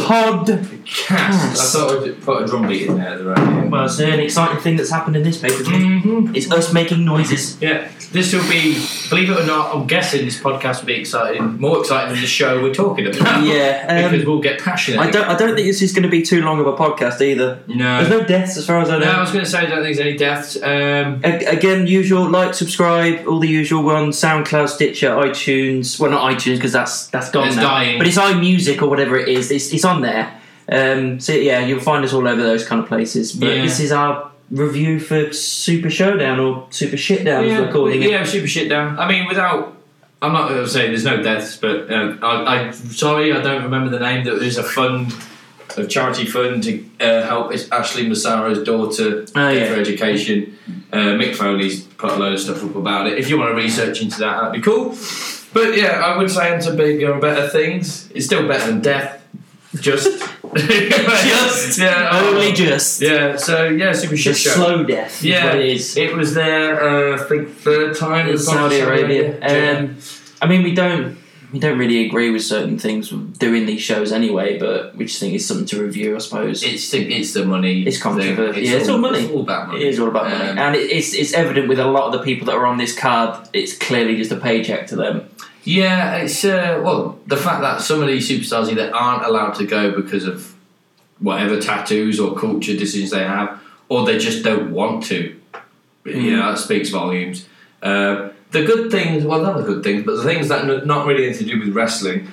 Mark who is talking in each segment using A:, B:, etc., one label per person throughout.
A: God.
B: Cast. I thought I'd put a drum beat in there. at The right.
A: Well, it's an exciting thing that's happened in this paper.
C: hmm
A: It's us making noises.
C: Yeah, this will be, believe it or not, I'm guessing this podcast will be exciting, more exciting than the show we're talking about.
A: yeah.
C: because
A: Um,
C: we'll get passionate.
A: I don't. I don't think this is going to be too long of a podcast either. There's
C: No.
A: no deaths as far as I
C: No,
A: know.
C: I was going to say I don't think there's any deaths. Um,
A: A- Again, usual like, subscribe, all the usual ones: SoundCloud, Stitcher, iTunes. Well, not iTunes because that's that's gone
C: It's
A: now.
C: dying.
A: But it's iMusic or whatever it is. It's, it's on there. Um, so yeah, you'll find us all over those kind of places. But
C: Yeah.
A: this is our review for Super Showdown or Super Shitdown as
C: yeah,
A: we're calling it.
C: yeah, super shit down. I mean, without, I'm not going to say there's no deaths, but um, I, I, sorry, I don't remember the name. That was a fund, a charity fund to uh, help it's Ashley Masaro's daughter
A: Oh,
C: get
A: yeah.
C: her education. Uh, Mick Foley's put a load of stuff up about it. If you want to research into that, that'd be cool. But yeah, I would say into bigger and better things. It's still better than death. Just,
A: Just.
C: yeah, um,
A: Only just.
C: yeah. So yeah, super shit
A: Just
C: show.
A: slow death. Is
C: Yeah.
A: what it is.
C: It was their, uh, I think, third time
A: in
C: in
A: Saudi Arabia. Um, I mean, we don't we don't really agree with certain things doing these shows anyway, but we just think it's something to review, I suppose.
C: it's the it's the money.
A: It's controversial. Yeah, it's all money.
C: It's all about money.
A: It is all about money,
C: Um,
A: and it, it's it's evident with a lot of the people that are on this card. It's clearly just a paycheck to them.
C: Yeah, it's uh, well the fact that some of these superstars either aren't allowed to go because of whatever tattoos or culture decisions they have, or they just don't want to.
A: Mm.
C: You know, that speaks volumes. Uh, the good things, well, not the good things, but the things that n- not really anything to do with wrestling.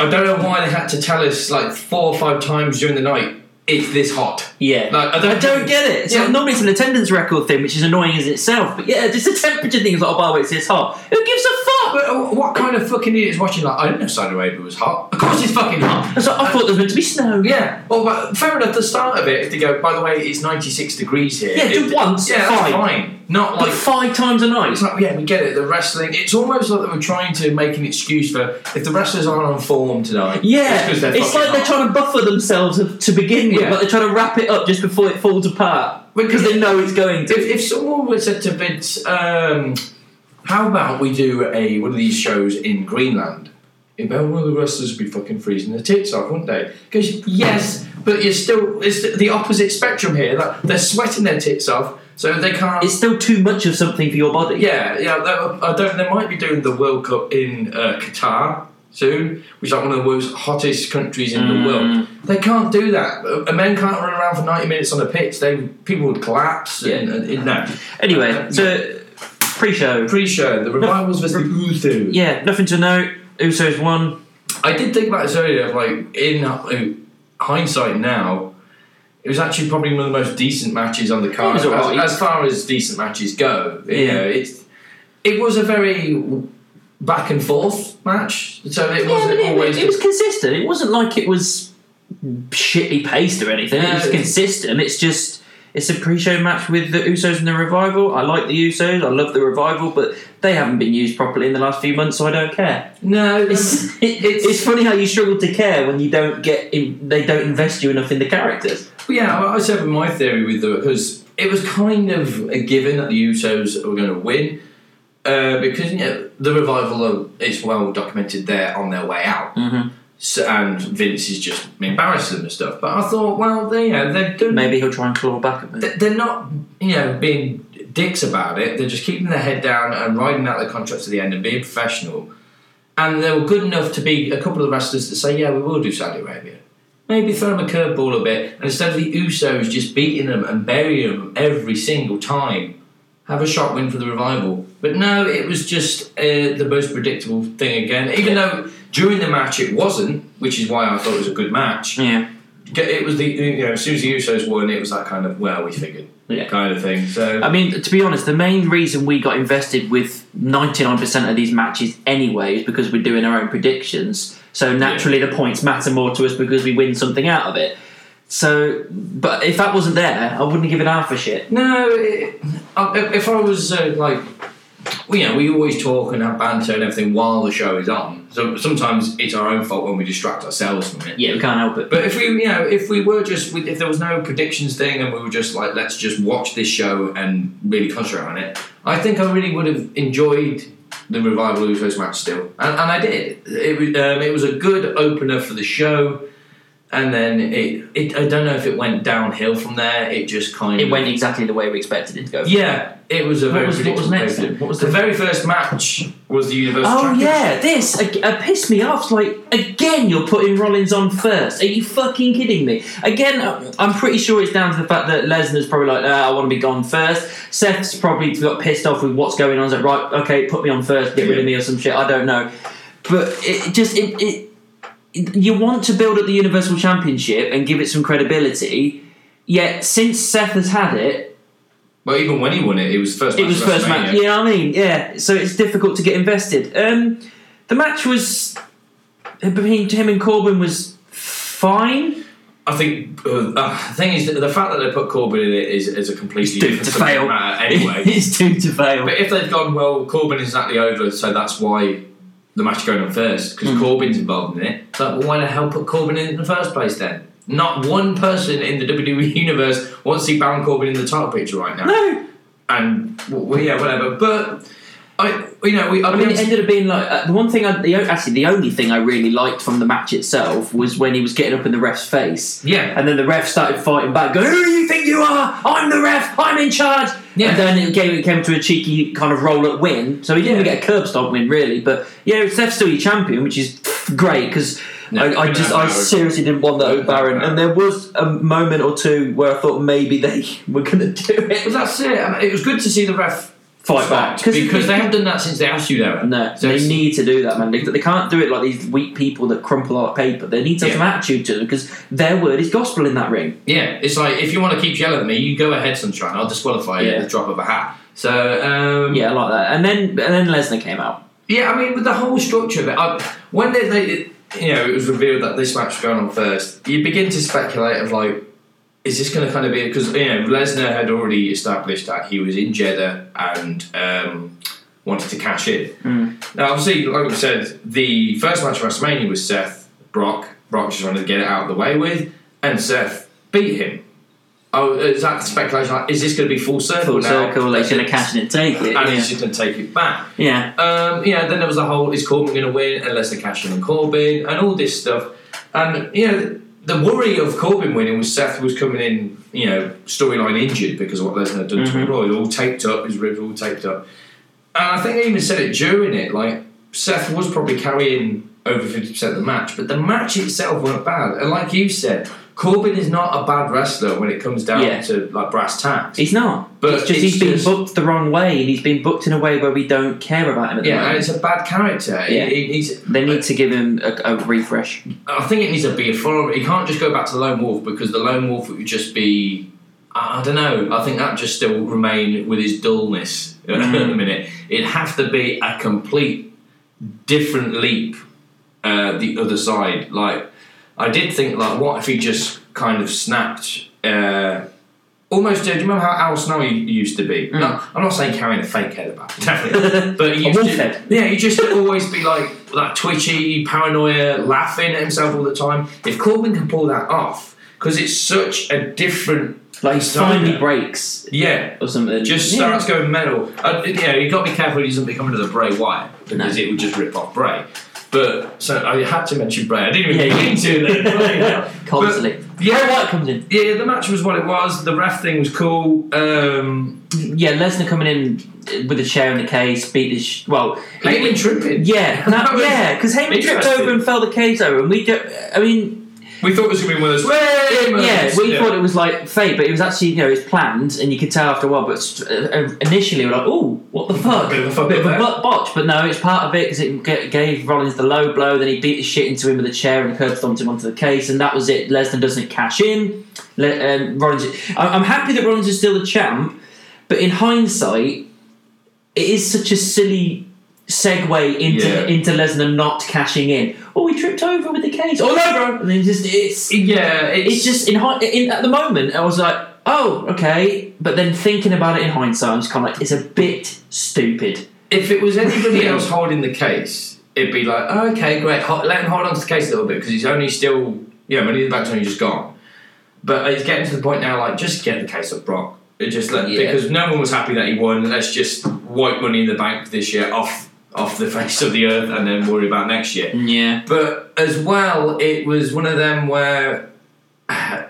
C: I don't know why they had to tell us like four or five times during the night it's this hot.
A: Yeah,
C: Like, I don't-
A: I don't get it. It's
C: Yeah.
A: like, normally it's an attendance record thing, which is annoying as itself. But yeah, just a temperature thing. It's like, oh, by the way, it's this hot. Who gives a fuck?
C: But uh, what kind of fucking idiot is watching? Like, I didn't know Saudi Arabia was hot. Of course, it's fucking hot.
A: I, was like, I thought there was meant to be snow.
C: Yeah. Well, but fair enough. The start of it, if they go, by the way, it's 96 degrees here.
A: Yeah, do
C: It-
A: once,
C: Yeah, that's
A: fine.
C: fine. Not
A: But
C: like.
A: five times a night.
C: It's like, yeah, we get it. The wrestling. It's almost like they were trying to make an excuse for if the wrestlers aren't on form tonight.
A: Yeah, it's,
C: because they're
A: like
C: fucking
A: they're
C: hot.
A: trying to buffer themselves of- to begin with,
C: Yeah.
A: but they're trying to wrap it up just before it falls apart because they know it's going to.
C: If, if someone was said to Vince, um, how about we do a one of these shows in Greenland? It bet one of the wrestlers would be fucking freezing their tits off, wouldn't they? Because yes, but you're still it's the- the opposite spectrum here. Like they're sweating their tits off, so they can't.
A: It's still too much of something for your body.
C: yeah, yeah. they- I don't. They might be doing the World Cup in uh, Qatar soon, which is like one of the world's hottest countries in the world. They can't do that. Uh, Men can't run around for ninety minutes on a pitch. They people would collapse. And, and, and, no.
A: Anyway, so pre-show.
C: Pretty sure the revivals versus the Uthus.
A: Yeah, nothing to note. Usos won.
C: I did think about this earlier. Like in uh, hindsight now, it was actually probably one of the most decent matches on the card.
A: was
C: As,
A: alright.
C: as far as decent matches go, you
A: Yeah.
C: know, it's it was a very back and forth match. So it wasn't
A: it,
C: always.
A: was consistent. It wasn't like it was shitty paced or anything.
C: No,
A: it was
C: it-
A: consistent. It's just it's a pre-show match with the Usos and the Revival. I like the Usos. I love the Revival, but they haven't been used properly in the last few months, so I don't care.
C: no,
A: It's, it, it's,
C: It's-
A: funny how you struggle to care when you don't get in, they don't invest you enough in the characters.
C: But yeah, I I said with my theory with the because it was kind of a given that the Usos were going to win uh, because you know, the revival are, is well documented. They're on their way out,
A: Mhm.
C: so, and Vince is just embarrassing them and stuff. But I thought, well, they, you know, they're doing,
A: Maybe he'll try and claw back a bit.
C: they- they're not you know being dicks about it. They're just keeping their head down and riding out the contract to the end and being professional. And they were good enough to be a couple of wrestlers that say, yeah, we will do Saudi Arabia. Maybe throw them a curveball a bit, and instead of the Usos just beating them and burying them every single time, have a shot win for the revival. But no, it was just uh, the most predictable thing again. Even though during the match it wasn't, which is why I thought it was a good match
A: Yeah,
C: it was the you know as soon as the Usos won, it was that kind of well we figured
A: Yeah. Uh,
C: kind of thing. So
A: I mean, to be honest, the main reason we got invested with ninety nine percent of these matches anyway is because we're doing our own predictions. So naturally, the points matter more to us because we win something out of it. So, but if that wasn't there, I wouldn't give it half a shit.
C: no, it, I- if I was uh, like well, you know we always talk and have banter and everything while the show is on. So sometimes it's our own fault when we distract ourselves from it.
A: Yeah, we can't help it.
C: But if we, you know, if we were just, if there was no predictions thing, and we were just like, let's just watch this show and really concentrate on it, I think I really would have enjoyed the revival Usos match still, and, and I did. It was, um, it was a good opener for the show. and then it, it I don't know if it went downhill from there. It just kind
A: It
C: of
A: went exactly the way we expected it to go.
C: Yeah, it was a
D: What
C: very
D: was, what was
C: predictable
D: next?
C: game.
D: Then? What was
C: The
D: the
C: very first match was the Universal
A: Oh
C: Championship.
A: yeah, this uh, uh, pissed me off. Like again, you're putting Rollins on first. Are you fucking kidding me? Again, uh, I'm pretty sure it's down to the fact that Lesnar's probably like, "Ah, I want to be gone first. Seth's probably got pissed off with what's going on. He's like, right, okay, put me on first, get rid of me or some shit. I don't know, but it it just it. it you want to build up the Universal Championship and give it some credibility, yet since Seth has had it,
C: Well, even when he won it, it was first.
A: it
C: match
A: was
C: of
A: first
C: WrestleMania.
A: match. Yeah, I mean, yeah. So it's difficult to get invested. Um, the match was between him and Corbin was fine.
C: I think uh, uh, the thing is that the fact that they put Corbin in it is, is a completely
A: It's doomed
C: different
A: to fail.
C: matter anyway.
A: it's doomed to fail.
C: but if they've gone well, Corbin is actually over, so that's why the match going on first
A: Mm.
C: because Corbin's involved in it. It's like, well, why the hell put Corbin in it in the first place then? Not one person in the WWE universe wants to see Baron Corbin in the title picture right now.
A: No,
C: And well, yeah, whatever. But I, you know, we. I,
A: I mean, it ended up being like uh, the one thing. I, the, o- actually, the only thing I really liked from the match itself was when he was getting up in the ref's face,
C: yeah.
A: and then the ref started fighting back, going, "Who do you think you are? I'm the ref. I'm in charge."
C: Yeah.
A: And then it came, it came to a cheeky kind of roll up win. So he didn't
C: Yeah.
A: even get a curb stomp win, really. But yeah, Steph's still your champion, which is great because
C: No,
A: I, I
C: no,
A: just,
C: no.
A: I seriously didn't want that
C: No,
A: over Baron.
C: no.
A: And there was a moment or two where I thought maybe they were going to do
C: But
A: it.
C: that's it. and it was good to see the ref
A: Fight back.
C: back because they haven't done that since the Attitude Era.
A: No,
C: So
A: they
C: it's-
A: need to do that, man. They, they can't do it like these weak people that crumple out paper. They need to have
C: Yeah.
A: some attitude to them because their word is gospel in that ring.
C: Yeah, it's like if you want to keep yelling at me, you go ahead, sunshine. I'll disqualify you at
A: Yeah.
C: the drop of a hat. So um,
A: Yeah, I like that. And then and then Lesnar came out.
C: yeah. I mean, with the whole structure of it, I, when they, they, you know, it was revealed that this match was going on first, you begin to speculate of like, is this going to kind of be because you know Lesnar had already established that he was in Jeddah and um, wanted to cash in.
A: Hmm.
C: Now, obviously, like we said, the first match of WrestleMania was Seth Brock. Brock just wanted to get it out of the way with, and Seth beat him. Oh, is that the speculation? Like, is this going to be full circle
A: Full
C: now?
A: circle, they should have cashed in and take it.
C: And
A: yeah.
C: he's just going to take it back.
A: yeah.
C: Um, you know, then there was the whole is Corbin going to win unless they cash in on Corbin and all this stuff. And you know, the worry of Corbin winning was Seth was coming in, you know, storyline injured because of what Lesnar had done to
A: Mm-hmm.
C: him. Roy, all taped up, his ribs all taped up. And I think they even said it during it, like Seth was probably carrying over fifty percent of the match, but the match itself wasn't bad. And like you said, Corbin is not a bad wrestler when it comes down
A: Yeah.
C: to like brass tacks.
A: He's not.
C: But
A: it's just
C: it's
A: he's
C: just-
A: been booked the wrong way, and he's been booked in a way where we don't care about him at the
C: Yeah, and
A: moment.
C: it's a bad character. He-
A: Yeah.
C: he- he's-
A: They need to give him a, a refresh.
C: I think it needs to be a follow. You can't just go back to the lone wolf because the lone wolf would just be. I I don't know. I think that just still remain with his dullness at the minute. It'd have to be a complete different leap. Uh, the other side, like I did think, like what if he just kind of snapped? Uh, almost. Do you remember how Al Snowy used to be? No, I'm not saying carrying a fake head about, definitely, but he
A: A
C: used
A: wolf
C: to,
A: head.
C: yeah, he just always be like that twitchy, paranoia, laughing at himself all the time. If Corbin can pull that off, because it's such a different,
A: Like he
C: Sorry.
A: finally breaks
C: yeah,
A: or something.
C: just
A: Yeah.
C: starts going metal. Uh, you know, you got to be careful he doesn't become another Bray Wyatt because
A: No.
C: it would just rip off Bray. But so I had to mention Bray. I didn't even
A: Yeah,
C: get
A: you-
C: into it. Then, bloody hell.
A: constantly.
C: But, yeah,
A: Bray Wyatt comes in.
C: yeah, the match was what it was. The ref thing was cool. Um,
A: Yeah, Lesnar coming in with a chair and a case, beat his. Sh- well,
C: Hayden tripping.
A: Yeah,
C: That
A: that,
C: was
A: yeah, because Heyman tripped
C: interesting.
A: over and fell the cage over, and we don't. I mean,
C: We thought it was gonna be one of those. "Way
A: yeah,
C: moments."
A: we
C: Yeah.
A: thought it was like fate, but it was actually you know it's planned, and you could tell after a while. But st- uh, initially, we we're like, oh, what the fuck,
C: Bit of a fuck
A: bit of a
C: there.
A: butt botch. But no, it's part of it because it g- gave Rollins the low blow. Then he beat the shit into him with a chair and curb stomped him onto the case, and that was it. Lesnar doesn't cash in. Le- um, Rollins, I- I'm happy that Rollins is still the champ, but in hindsight, it is such a silly segue into
C: Yeah.
A: into Lesnar not cashing in. Oh, we tripped over with the cage. Oh no, bro! And then just it's
C: Yeah, it's,
A: it's just in, hi- in at the moment I was like, oh okay, but then thinking about it in hindsight, I'm just kind of like, it's a bit stupid.
C: if it was anybody else holding the case, it'd be like, oh, okay, great, Ho- let him hold on to the case a little bit because he's only still, yeah, when he's back only just gone. But it's getting to the point now, like, just get the case up, Brock. It just let
A: Yeah.
C: because no one was happy that he won. Let's just wipe money in the bank this year off off the face of the earth and then worry about next year.
A: Yeah.
C: But as well, it was one of them where,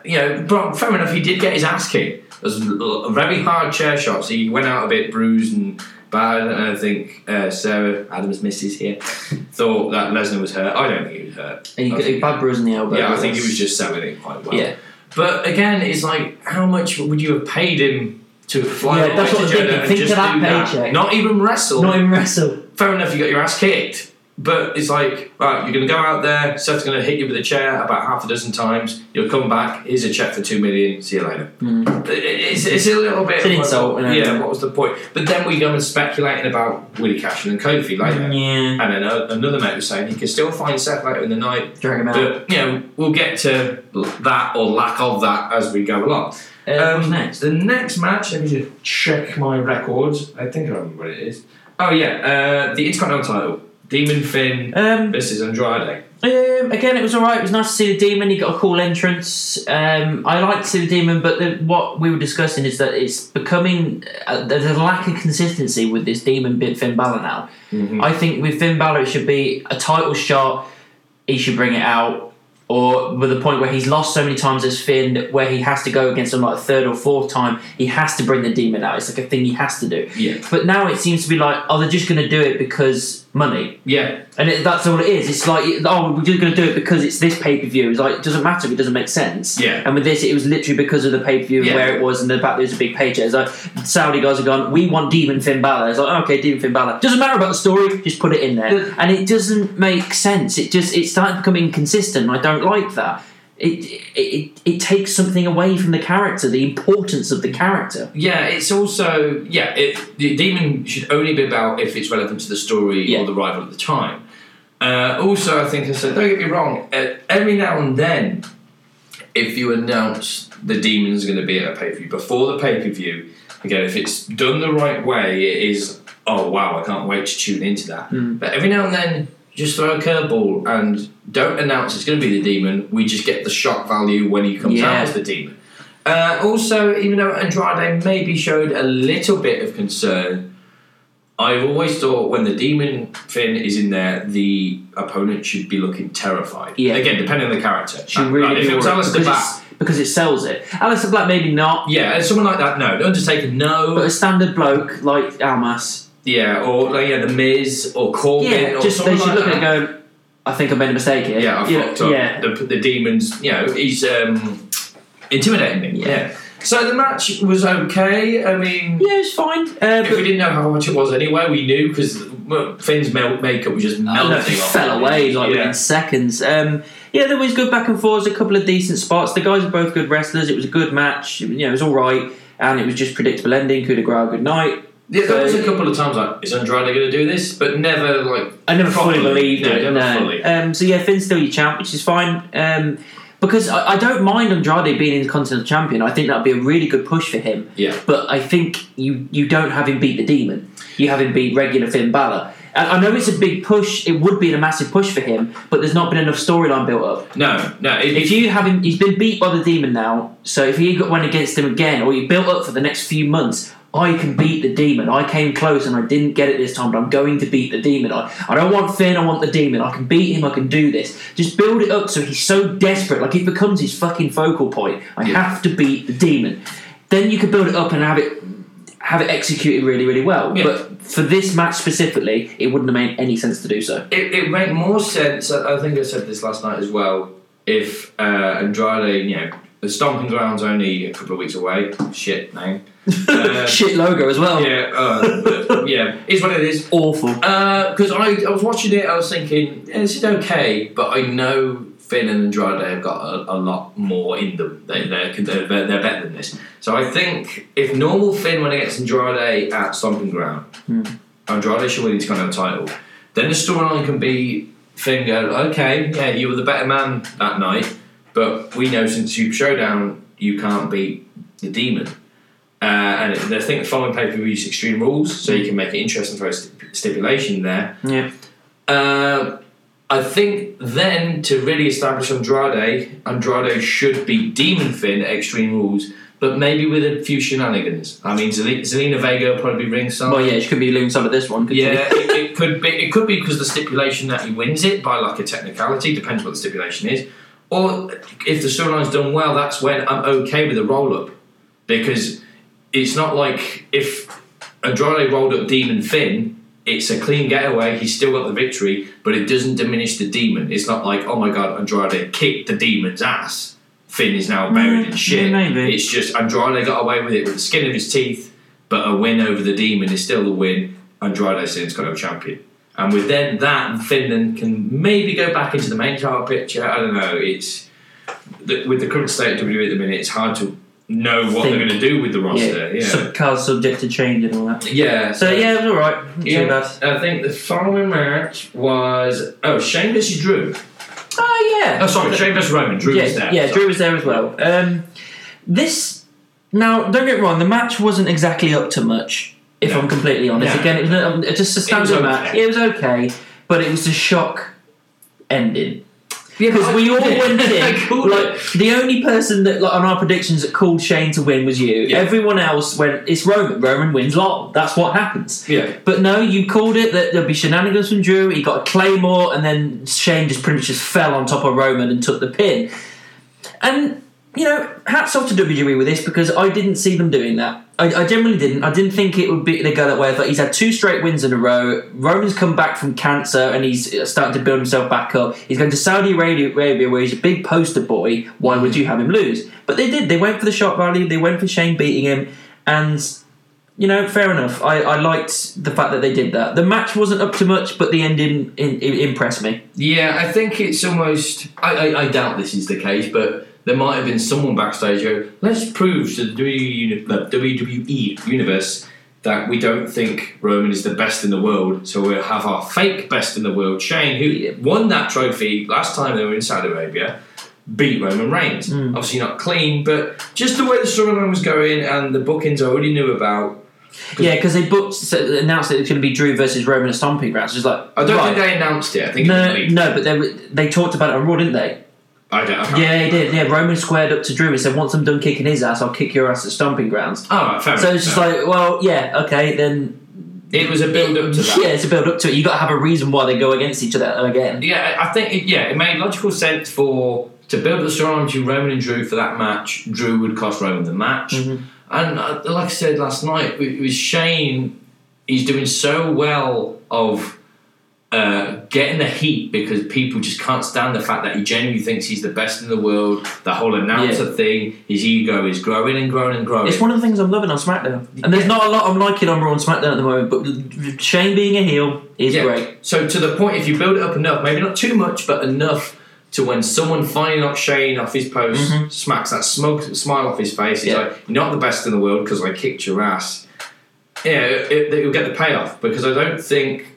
C: you know, Brock, fair enough, he did get his ass kicked. It was a very hard chair shot, so he went out a bit bruised and bad. And I think uh, Sarah, Adam's missus here, thought that Lesnar was hurt. I don't think he was hurt.
A: He,
C: I
A: he
C: think-
A: bad bruise in the elbow.
C: yeah, I think he was just selling it quite well.
A: Yeah.
C: But again, it's like, how much would you have paid him to fly
A: Yeah,
C: all the
A: that's
C: way
A: what I'm
C: to Jeddah
A: thinking.
C: and
A: Think
C: just
A: of that
C: do
A: paycheck.
C: Not even wrestle
A: Not even wrestle.
C: fair enough, you got your ass kicked. But it's like, right, you're going to go out there, Seth's going to hit you with a chair about half a dozen times, you'll come back, here's a check for two million, see you later. It- It's, it's a little bit.
A: Hmm. It's an insult,
C: Yeah,
A: you know.
C: what was the point? But then we go and speculating about Willie Cashin and Kofi later.
A: Yeah.
C: And then a- another mate was saying he could still find Seth later in the night.
A: Drag him out. Uh,
C: But, you know, we'll get to that or lack of that as we go along.
A: Uh,
C: Um,
A: what's next?
C: The next match, let me just check my records. I think I remember what it is. Oh, yeah, uh, the Intercontinental title. Demon Finn
A: Um,
C: versus Andrade.
A: Um, again, it was all right. It was nice to see the demon. He got a cool entrance. Um, I like to see the demon, but the, what we were discussing is that it's becoming uh, there's a lack of consistency with this demon bit Finn Balor now. I think with Finn Balor, it should be a title shot. He should bring it out, or with the point where he's lost so many times as Finn, that where he has to go against him like a third or fourth time. He has to bring the demon out. It's like a thing he has to do.
C: Yeah.
A: But now it seems to be like, oh, they're just going to do it because money.
C: Yeah,
A: And it, that's all it is. It's like, oh, we're just going to do it because it's this pay per view. It's like, it doesn't matter if it doesn't make sense.
C: Yeah.
A: And with this, it was literally because of the pay per view and
C: Yeah.
A: where it was and the fact that it was a big paycheck. It's like, Saudi guys are gone, we want Demon Finn Balor. It's like, oh, okay, Demon Finn Balor. Doesn't matter about the story, just put it in there. And it doesn't make sense. It just, it started to become inconsistent. and I don't like that. It, it, it, it takes something away from the character, the importance of the character.
C: yeah. It's also yeah. It, the demon should only be about if it's relevant to the story
A: Yeah.
C: or the rival at the time. Uh, also, I think I said don't get me wrong. Uh, every now and then, if you announce the demon's going to be at a pay per view before the pay per view, again, if it's done the right way, it is. Oh wow! I can't wait to tune into that.
A: Hmm.
C: But every now and then, just throw a curveball and don't announce it's going to be the demon. We just get the shock value when he comes
A: Yeah.
C: out as the demon. Uh, also, even though Andrade maybe showed a little bit of concern, I've always thought when the demon Finn is in there, the opponent should be looking terrified.
A: Yeah.
C: Again, depending on the character.
A: She
C: Like,
A: really
C: like, Uh, if it was
A: adore it
C: Alistair
A: because
C: Black,
A: it's- because it sells it. Alistair Black, maybe not.
C: yeah, someone like that, no. The Undertaker, no.
A: But a standard bloke like Almas,
C: yeah, or like, yeah, the Miz or Corbin
A: yeah,
C: or
A: just they
C: someone
A: should
C: like
A: look
C: that.
A: at it and go, I think I made a mistake here.
C: Yeah, I
A: you
C: fucked
A: know,
C: up.
A: Yeah.
C: The, the demons, you know, he's um, intimidating me.
A: Yeah.
C: Yeah. So the match was okay. I mean,
A: Yeah, it's fine. Uh,
C: if we
A: but
C: didn't know how much it was anyway, we knew because Finn's mel- makeup was just
A: no, it
C: melting off.
A: fell away like
C: yeah.
A: within seconds. Um, yeah, there was good back and forths, a couple of decent spots. The guys are both good wrestlers. It was a good match. You know, it was all right, and it was just predictable ending. Coup de grace, good night.
C: Yeah, there was
A: So-
C: a couple of times like, is Andrade going to do this? But never like.
A: I never fully
C: properly.
A: believed
C: no,
A: it.
C: Never
A: no.
C: fully.
A: Um, so yeah, Finn's still your champ, which is fine. Um, because I, I don't mind Andrade being Intercontinental Champion. I think that'd be a really good push for him.
C: Yeah.
A: But I think you you don't have him beat the Demon. You have him beat regular Finn Balor. And I know it's a big push. It would be a massive push for him, but there's not been enough storyline built up.
C: No, no. It,
A: If you have him, he's been beat by the Demon now. So if he got- went against him again, or you built up for the next few months, I can beat the Demon. I came close and I didn't get it this time, but I'm going to beat the Demon. I, I don't want Finn. I want the Demon. I can beat him. I can do this. Just build it up so he's so desperate, like it becomes his fucking focal point. I
C: Yeah.
A: have to beat the Demon. Then you can build it up and have it. Have it executed really, really well.
C: Yeah.
A: But for this match specifically, it wouldn't have made any sense to do so.
C: it, it made more sense. I I think I said this last night as well. If uh, Andrade, you know, the stomping ground's only a couple of weeks away. Shit name. Uh,
A: Shit logo as well.
C: yeah, uh, but, yeah, it's what it is.
A: Awful.
C: Because Uh, I, I was watching it, I was thinking "Yeah, this is okay, but I know Finn and Andrade have got a, a lot more in them. They, they're, they're, they're they're better than this. So I think if normal Finn when against Andrade at Stomping Ground, Andrade should win his kind of title. Then the storyline can be Finn go, okay, yeah, you were the better man that night, but we know since you showdown you can't beat the demon. Uh, and the thing, the following pay per view is Extreme Rules, so you can make it interesting for a stip- stipulation there.
A: yeah.
C: Uh, I think then to really establish Andrade, Andrade should be Demon Finn at Extreme Rules but maybe with a few shenanigans. I mean, Zel- Zelina Vega will probably be ringside.
A: Well, Oh, yeah, she could be loomside at this one. Could
C: Yeah, it, it could be. It could be because the stipulation that he wins it by like a technicality depends what the stipulation is, or if the storyline's done well, that's when I'm okay with a roll up because it's not like if Andrade rolled up Demon Finn, it's a clean getaway. He's still got the victory, but it doesn't diminish the demon. It's not like oh my god, Andrade kicked the demon's ass. Finn is now buried in
A: Mm,
C: shit.
A: yeah, maybe.
C: It's just Andrade got away with it with the skin of his teeth, but a win over the demon is still a win. Andrade since got a champion. And with then that, Finn then can maybe go back into the main title picture. I don't know. It's the, with the current state of WWE at the minute, it's hard to know what they're
A: Think.
C: going to do with the
A: she?
C: roster. Yeah,
A: Sub- cars subject to change and all that.
C: yeah.
A: So yeah, it was all right. Not
C: Yeah,
A: Too bad.
C: I think the following match was oh Shane versus Drew.
A: Oh yeah.
C: Oh, sorry, Shane versus Roman. Drew
A: yeah,
C: was there.
A: yeah,
C: sorry.
A: Drew was there as well. Um, this now, don't get me wrong, the match wasn't exactly up to much. If
C: No.
A: I'm completely honest,
C: No.
A: again, it was um, just a standard
C: okay.
A: match. It was okay, but it was a shock ending.
C: Yeah,
A: Because we all went
C: I
A: in.
C: called
A: like
C: it.
A: the only person that like on our predictions that called Shane to win was you.
C: Yeah.
A: Everyone else went, it's Roman. Roman wins lot. That's what happens.
C: Yeah,
A: But no, you called it that there'd be shenanigans from Drew. He got a claymore, and then Shane just pretty much just fell on top of Roman and took the pin. And you know, hats off to WWE with this because I didn't see them doing that. I, I generally didn't. I didn't think it would be the go that way. I thought he's had two straight wins in a row. Roman's come back from cancer and he's starting to build himself back up. He's going to Saudi Arabia, Arabia where he's a big poster boy. Why would you have him lose? But they did. They went for the shot value. They went for Shane beating him, and you know, fair enough. I, I liked the fact that they did that. The match wasn't up to much, but the ending in, in, impressed me.
C: yeah. I think it's almost. I, I, I doubt this is the case, but there might have been someone backstage go. Let's prove to the WWE uni- the WWE universe that we don't think Roman is the best in the world, so we'll have our fake best in the world. Shane, who won that trophy last time they were in Saudi Arabia. beat Roman Reigns.
A: Hmm.
C: Obviously not clean, but just the way the storyline was going and the bookings I already knew about.
A: Yeah, because they booked so they announced that it's going to be Drew versus Roman at Stomping Grounds. It's like
C: I don't
A: right.
C: think they announced it. I think it
A: no,
C: was leaked.
A: no, but they were- they talked about it on Raw, didn't they?
C: I don't. I can't
A: Yeah, they did. Yeah, Roman squared up to Drew and said, "Once I'm done kicking his ass, I'll kick your ass at Stomping Grounds."
C: Oh, right, fair
A: So
C: enough.
A: it's just
C: No.
A: like, well, yeah, okay, then
C: it was a build up to that.
A: yeah, it's a build up to it. You got to have a reason why they go against each other again.
C: Yeah, I think it, yeah, it made logical sense for to build the storyline between Roman and Drew for that match. Drew would cost Roman the match, and uh, like I said last night, it was Shane. He's doing so well of uh, getting the heat because people just can't stand the fact that he genuinely thinks he's the best in the world. The whole announcer thing, his ego is growing and growing and growing.
A: It's one of the things I'm loving on SmackDown, and there's
C: Yeah.
A: not a lot I'm liking on Raw and SmackDown at the moment. But Shane being a heel is
C: Yeah.
A: great.
C: So to the point, if you build it up enough, maybe not too much, but enough to when someone finally knocks Shane off his post, smacks that smoke smile off his face. He's
A: Yeah.
C: like, "You're not the best in the world because I kicked your ass." Yeah, it, it, you'll get the payoff because I don't think.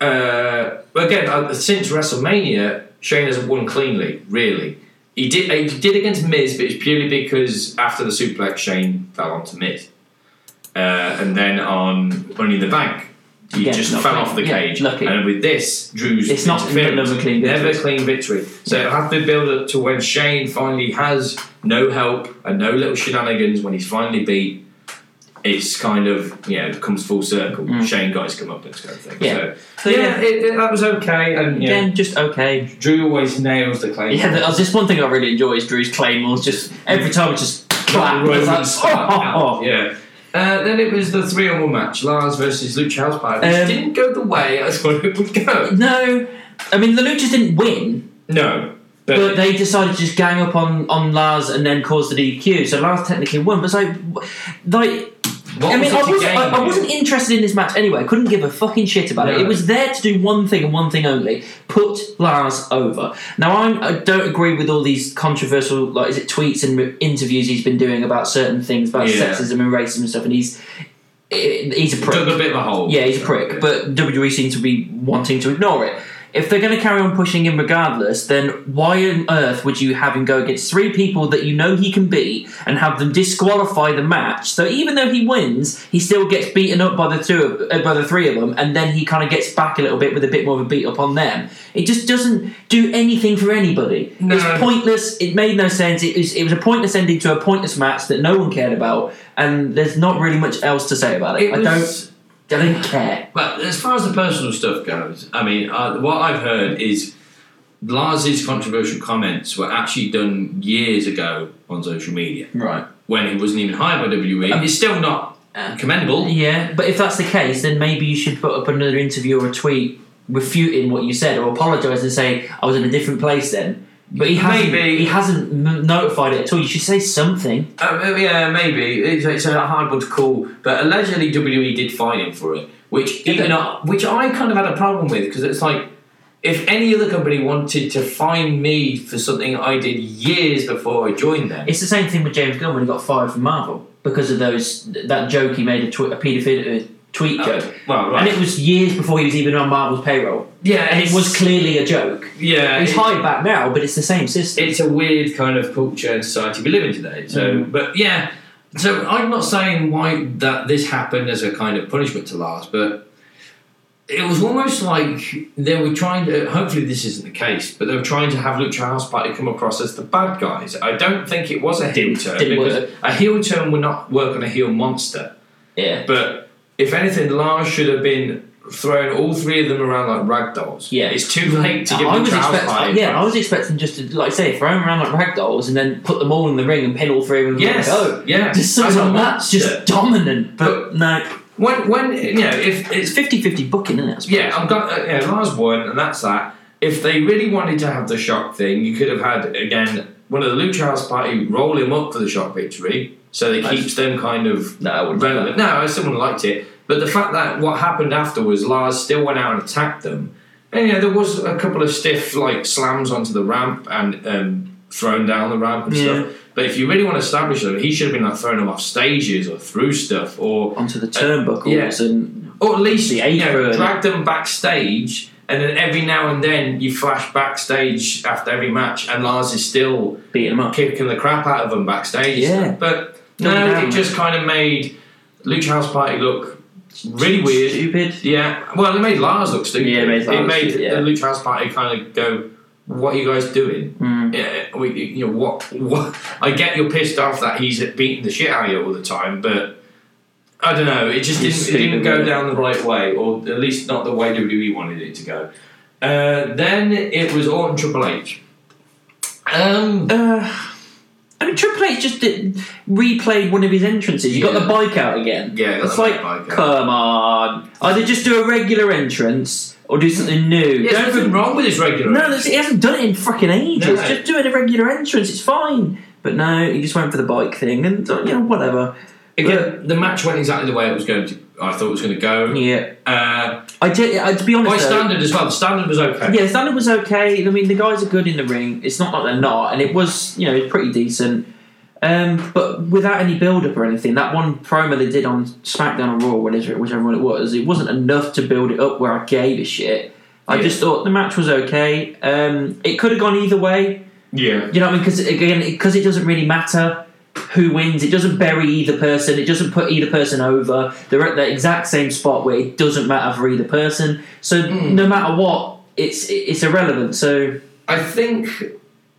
C: Uh, again, uh, since WrestleMania, Shane hasn't won cleanly. Really, he did. He did against Miz, but it's purely because after the suplex, Shane fell onto Miz, uh, and then on Money in the Bank, he
A: Again,
C: just
A: not
C: fell
A: clean.
C: off the
A: Yeah,
C: cage.
A: lucky.
C: And with this, Drew's
A: It's not
C: interference,
A: another clean victory.
C: never clean victory. So it'll have to build up to when Shane finally has no help and no little shenanigans when he's finally beat. It's kind of you know comes full circle. Shane got his comeuppance kind of thing.
A: Mm. Yeah.
C: So,
A: So,
C: yeah,
A: yeah.
C: It, it- that was okay. And yeah,
A: Again, just okay.
C: Drew always nails the claim.
A: Yeah, that's just one thing I really enjoy is Drew's claymores. Just every time, it's just clap.
C: Roman
A: It's like,
C: style.
A: oh.
C: Yeah. Uh, then it was the three on one match: Lars versus Luke Housepie, which
A: Um,
C: didn't go the way I thought it would go.
A: No, I mean the Luchas didn't win,
C: No,
A: but they decided to just gang up on on Lars and then cause the DQ. So Lars technically won, but so like
C: What
A: I mean,
C: was it
A: I,
C: to
A: was,
C: gain
A: I, I
C: here?
A: wasn't interested in this match anyway. I couldn't give a fucking shit about it.
C: No.
A: It was there to do one thing and one thing only: put Lars over. Now, I'm, I don't agree with all these controversial, like, is it tweets and re- interviews he's been doing about certain things, about
C: Yeah.
A: sexism and racism and stuff. And he's he's a prick.
C: Dug a bit of a hole.
A: E Yeah, he's a prick. But WWE seems to be wanting to ignore it. if they're going to carry on pushing him regardless, then why on earth would you have him go against three people that you know he can beat and have them disqualify the match? So even though he wins, he still gets beaten up by the two of, uh, by the three of them, and then he kind of gets back a little bit with a bit more of a beat up on them. It just doesn't do anything for anybody.
C: No.
A: It's pointless. It made no sense. It was, it was a pointless ending to a pointless match that no one cared about, and there's not really much else to say about it.
C: It
A: I
C: was-
A: don't. I don't care.
C: But as far as the personal stuff goes, I mean, uh, what I've heard is Lars's controversial comments were actually done years ago on social media
A: Right.
C: when he wasn't even hired by WWE. it's still not
A: Uh,
C: commendable.
A: Yeah, but if that's the case, then maybe you should put up another interview or a tweet refuting what you said, or apologise and say I was in a different place then. But he hasn't.
C: Maybe.
A: He hasn't m- notified it at all. You should say something.
C: Uh, yeah, maybe it's, it's a hard one to call. But allegedly, WWE did fine him for it, which
A: Did
C: even
A: they?
C: I, which I kind of had a problem with because it's like if any other company wanted to fine me for something I did years before I joined them.
A: It's the same thing with James Gunn when he got fired from Marvel because of those that joke he made a, tw- a paedophile. uh, Tweet joke,
C: well, Oh, right.
A: and it was years before he was even on Marvel's payroll,
C: yeah,
A: and it
C: it's-
A: was clearly a joke.
C: Yeah,
A: He's
C: it-
A: hired back now, but it's the same system.
C: it's a weird kind of culture and society we live in today. So,
A: Mm.
C: but yeah, so I'm not saying why that this happened as a kind of punishment to Lars, but it was almost like they were trying to. Hopefully, this isn't the case, but they were trying to have Lucha House Party come across as the bad guys. I don't think it was a heel turn
A: didn't
C: because
A: work.
C: a heel turn would not work on a heel monster.
A: yeah,
C: But if anything, Lars should have been throwing all three of them around like ragdolls.
A: Yeah.
C: it's too late to give
A: I
C: Lucha
A: was
C: House
A: expecting,
C: Party.
A: yeah, I was expecting just to, like I say, throw them around like ragdolls and then put them all in the ring and pin all three of them.
C: Yes,
A: and go.
C: yeah.
A: Just
C: As a
A: something like that,
C: monster.
A: just dominant. But no,
C: When, when you know, if
A: it's
C: it's
A: 50-50 booking, isn't it? I suppose?
C: yeah, I've got uh, yeah, Lars won, and that's that. If they really wanted to have the shock thing, you could have had again one of the Lucha House Party roll him up for the shock victory, so that
A: I-
C: keeps them kind of
A: No, I wouldn't do
C: relevant. No, I still wouldn't have liked it, but the fact that what happened after was Lars still went out and attacked them, and you know there was a couple of stiff like slams onto the ramp and um, thrown down the ramp and
A: Yeah.
C: stuff. But if you really want to establish them, he should have been like throwing them off stages or through stuff or
A: Onto the turnbuckles
C: Uh, yeah.
A: and
C: or at least
A: The
C: you know,
A: apron.
C: drag them backstage, and then every now and then you flash backstage after every match, and Lars is still
A: beat them up.
C: kicking the crap out of them backstage.
A: Yeah.
C: But
A: No,
C: no,
A: damn.
C: it just kind of made Lucha House Party look really weird.
A: Stupid.
C: Yeah. Well, it made Lars look stupid.
A: Yeah, it made Lars
C: made
A: stupid, yeah.
C: the Lucha House Party kind of go. What are you guys doing?
A: Mm.
C: Yeah, we, you know what? What? I get you're pissed off that he's beating the shit out of you all the time, but I don't know. It just
A: He's
C: didn't, it didn't
A: stupid,
C: go
A: yeah.
C: down the right way, or at least not the way WWE wanted it to go. Uh, then it was Orton Triple H. Um,
A: Uh, I mean, Triple H just did, replayed one of his entrances. You got
C: Yeah.
A: the bike out again.
C: Yeah, got
A: it's
C: the
A: like,
C: bike out.
A: come on. Either just do a regular entrance or do something new.
C: yeah,
A: Don't
C: there's nothing wrong with his regular.
A: No, that's, he hasn't done it in fucking ages.
C: No.
A: Just do it a regular entrance. It's fine. But no, he just went for the bike thing, and uh, you know, whatever.
C: Again, the match went exactly the way it was going to. I thought it was going to go.
A: Yeah,
C: Uh,
A: I did. I, to be honest,
C: by
A: though,
C: standard as well. The standard was okay.
A: yeah, standard was okay. I mean, the guys are good in the ring. It's not like they're not, and it was you know pretty decent. Um, but without any build up or anything, that one promo they did on SmackDown or Raw, whatever, whichever one it was, it wasn't enough to build it up where I gave a shit. I
C: Yeah.
A: just thought the match was okay. Um, it could have gone either way.
C: Yeah.
A: You know what I mean? Because again, because it doesn't really matter who wins. It doesn't bury either person. It doesn't put either person over. They're at the exact same spot where it doesn't matter for either person. So no matter what, it's it's irrelevant. So
C: I think.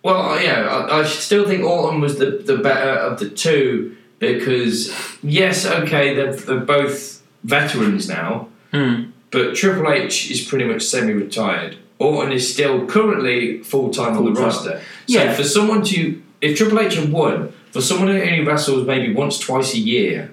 C: Well, yeah, I, I still think Orton was the, the better of the two because yes, okay, they're, they're both veterans now,
A: Hmm.
C: but Triple H is pretty much semi-retired. Orton is still currently full-time on the
A: Full-time.
C: roster. So
A: Yeah.
C: for someone to, if Triple H had won, for someone who only wrestles maybe once twice a year,